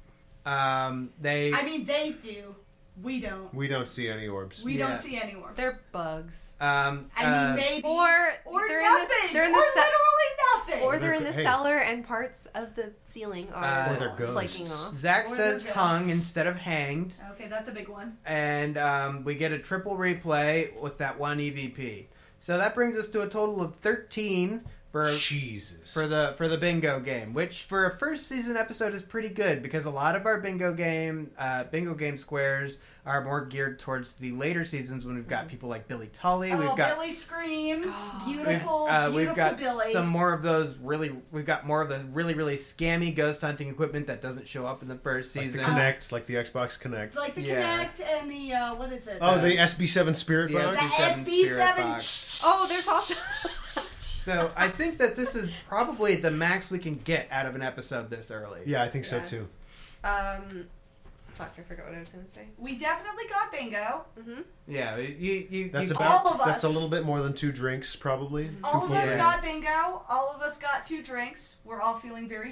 C: Um, they
D: I mean, they do. We don't.
A: we don't see any orbs.
D: We
C: Yeah.
D: don't see anyone.
B: They're bugs.
C: um,
D: I
C: uh,
D: mean, maybe
B: Or,
D: or
B: they're
D: nothing.
B: in the they're in
D: or
B: the se-
D: literally nothing.
B: or they're in the
A: Hey.
B: cellar, and parts of the ceiling
C: Uh,
B: are
C: Or
A: they're
B: flaking
A: ghosts.
B: off.
C: Zach
D: Or the
C: says
D: ghosts.
C: hung instead of hanged.
D: Okay, that's a big one.
C: and um, we get a triple replay with that one EVP. So that brings us to a total of thirteen for
A: Jesus.
C: for the for the bingo game, which for a first season episode is pretty good because a lot of our bingo game uh, bingo game squares are more geared towards the later seasons when we've got people like Billy Tully,
D: Mm-hmm. oh,
C: we've got
D: Billy screams.
C: we've,
D: Beautiful,
C: uh,
D: beautiful
C: we've got
D: Billy.
C: some more of those really we've got more of the really really scammy ghost hunting equipment that doesn't show up in the first
A: like the
C: season.
A: Connect, like the Xbox Connect.
D: like the
C: yeah.
D: Connect and the uh, what is it?
A: Oh,
D: the,
A: the SB7 Spirit
C: The
A: Box.
C: SB7 spirit
D: SB7.
C: box.
B: Oh, there's also.
C: So I think that this is probably the max we can get out of an episode this early.
A: Yeah, I think so
B: Yeah.
A: too.
B: Um, Fuck, I forgot what I was gonna say.
D: We definitely got bingo.
C: Yeah, you, you,
A: That's
C: you-
A: about.
D: All of
A: That's a
D: us.
A: little bit more than two drinks, probably. Two
D: All of
A: full
D: us
A: drinks.
D: got bingo. All of us got two drinks. We're all feeling very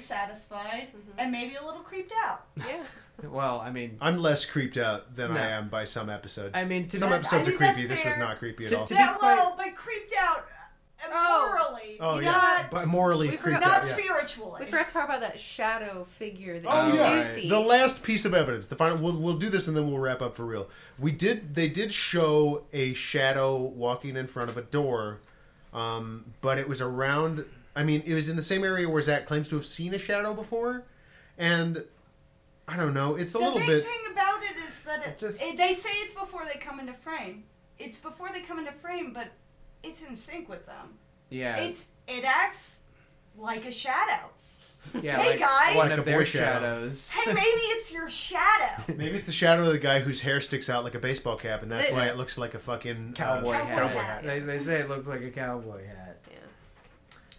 D: satisfied
B: Mm-hmm.
D: and maybe a little creeped out.
B: Yeah.
C: Well, I mean,
A: I'm less creeped out than
C: No.
A: I am by some episodes.
C: I mean, to
A: some
C: be-
A: episodes
D: I
A: are
D: think
A: creepy.
D: that's
A: This was
D: fair.
A: not creepy at
C: To-
A: all.
C: to-
D: Yeah,
C: be quite-
D: well, but creeped out uh,
B: Oh.
D: morally.
A: oh yeah,
D: Not,
A: but morally
B: We
A: creeped
B: forgot-
D: not
A: out. yeah.
D: spiritually.
B: We forgot to talk about that shadow figure that
A: Oh
B: you
A: yeah,
B: do see.
A: the last piece of evidence. The final. We'll, we'll do this and then we'll wrap up for real. We did. They did show a shadow walking in front of a door, um, but it was around. I mean, it was in the same area where Zach claims to have seen a shadow before, and I don't know. It's a
D: the
A: little
D: big
A: bit.
D: thing about it is that it,
C: It just-
D: it- they say it's before they come into frame. It's before they come into frame, but it's in sync with them.
C: yeah,
D: It's it acts like a shadow.
C: yeah.
D: Hey,
C: like
D: guys.
C: one
A: Like a
C: of their
A: boy shadow.
C: shadows.
D: Hey, maybe it's your shadow.
A: Maybe it's the shadow of the guy whose hair sticks out like a baseball cap, and that's
B: It-
A: why it looks like a fucking uh,
C: Cowboy, hat.
D: Cowboy hat.
C: They, they say it looks like a cowboy hat.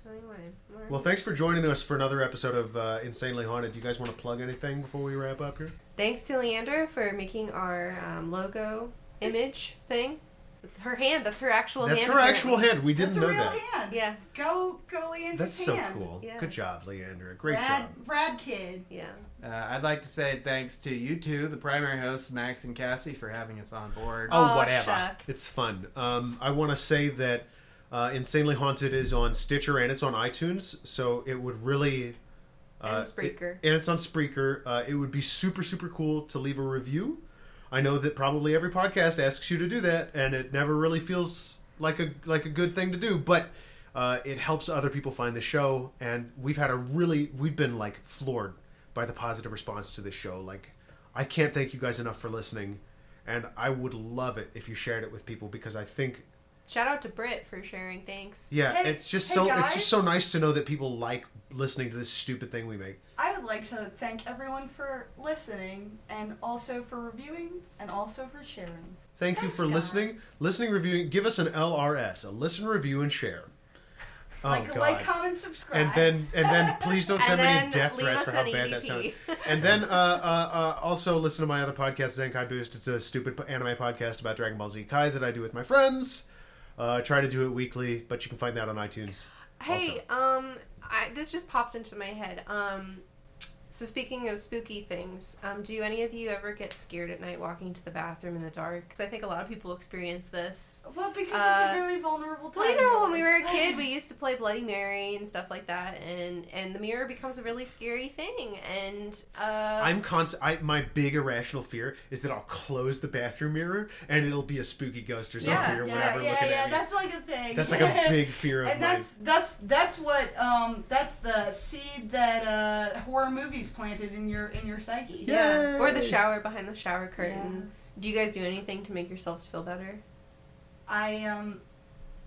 B: Anyway, alright.
A: Well, thanks for joining us for another episode of uh, Insanely Haunted. Do you guys want to plug anything before we wrap up here?
B: Thanks to Leander for making our um, logo image thing. Her hand, that's her actual
A: That's
B: hand.
A: her actual
B: apparently.
A: hand. We didn't
D: That's a
A: know
D: real
A: that.
D: hand.
B: Yeah,
D: Go, go, Leander's
A: That's so
D: hand.
A: cool.
B: Yeah.
A: Good job, Leander. Great
D: rad,
A: job.
D: rad kid.
B: yeah.
C: Uh, I'd like to say thanks to you two, the primary hosts, Max and Cassie, for having us on board.
A: Oh,
B: Aw,
A: whatever.
B: shucks.
A: It's fun. Um, I want to say that uh, Insanely Haunted is on Stitcher and it's on iTunes, so it would really. Uh,
B: And Spreaker.
A: it- and it's on Spreaker. Uh, it would be super, super cool to leave a review. I know that probably every podcast asks you to do that, and it never really feels like a like a good thing to do, but. Uh, it helps other people find the show, and we've had a really we've been like floored by the positive response to this show. Like, I can't thank you guys enough for listening, and I would love it if you shared it with people because I think
B: Shout out to Britt for sharing. Thanks.
A: yeah,
D: Hey-
A: it's just
D: hey,
A: so it's just so
D: guys.
A: nice to know that people like listening to this stupid thing we make.
D: I would like to thank everyone for listening, and also for reviewing, and also for sharing.
A: Thank you
D: Thanks,
A: for
D: guys.
A: listening, listening, reviewing. Give us an LRS, a listen, review, and share. Oh
D: like,
A: God!
D: like, comment, subscribe.
A: and then and then please don't
B: And
A: send any
B: then
A: death
B: leave
A: threats
B: us
A: for how
B: an
A: bad that sounded.
B: EVP.
A: And then uh, uh, uh, also listen to my other podcast, Zenkai Boost. It's a stupid anime podcast about Dragon Ball Z Kai that I do with my friends. Uh, I try to do it weekly, but you can find that on iTunes.
B: Hey, um, I, this just popped into my head. Um, so speaking of spooky things, um, do any of you ever get scared at night walking to the bathroom in the dark? Because I think a lot of people experience this.
D: Well, because
B: Uh,
D: it's a very vulnerable time.
B: Well, you know, when we
D: really.
B: were a kid, we used to play Bloody Mary and stuff like that, and and the mirror becomes a really scary thing. And uh,
A: I'm constant. I, my big irrational fear is that I'll close the bathroom mirror and it'll be a spooky ghost or zombie
B: Yeah,
A: or
D: yeah,
A: whatever
D: yeah,
A: looking
D: yeah.
A: at me.
D: That's like a thing.
A: That's like a big fear of
D: and
A: mine.
D: that's that's that's what um that's the seed that uh horror movies planted in your in your psyche.
B: yeah, or the
A: Yay.
B: shower behind the shower curtain. Do you guys do anything to make yourselves feel better?
D: I um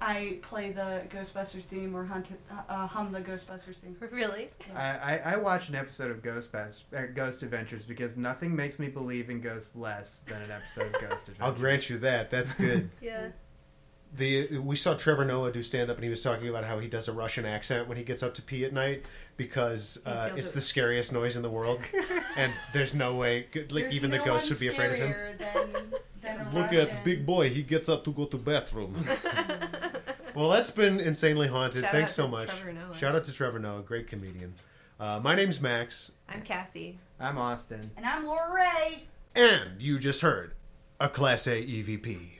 D: I play the Ghostbusters theme or hunt, uh, hum the Ghostbusters theme.
B: really?
C: I, I, I watch an episode of Ghost, Bas- uh, Ghost Adventures because nothing makes me believe in ghosts less than an episode of Ghost
A: I'll
C: Adventures.
A: grant you that. That's good.
B: Yeah.
A: the we saw Trevor Noah do stand up, and he was talking about how he does a Russian accent when he gets up to pee at night because
B: He
A: uh,
B: feels
A: it's
B: it.
A: the scariest noise in the world, and there's no way, like even the ghosts would be afraid of him.
D: Than, than a
A: Look
D: Russian.
A: at big boy. He gets up to go to bathroom. well, that's been insanely haunted.
B: Shout
A: Thanks
B: out
A: so
B: to
A: much.
B: Trevor Noah.
A: Shout out to Trevor Noah, great comedian. Uh, my name's Max,
B: I'm Cassie.
C: I'm Austin.
D: And I'm Laura Ray.
A: and you just heard a E Class A EVP.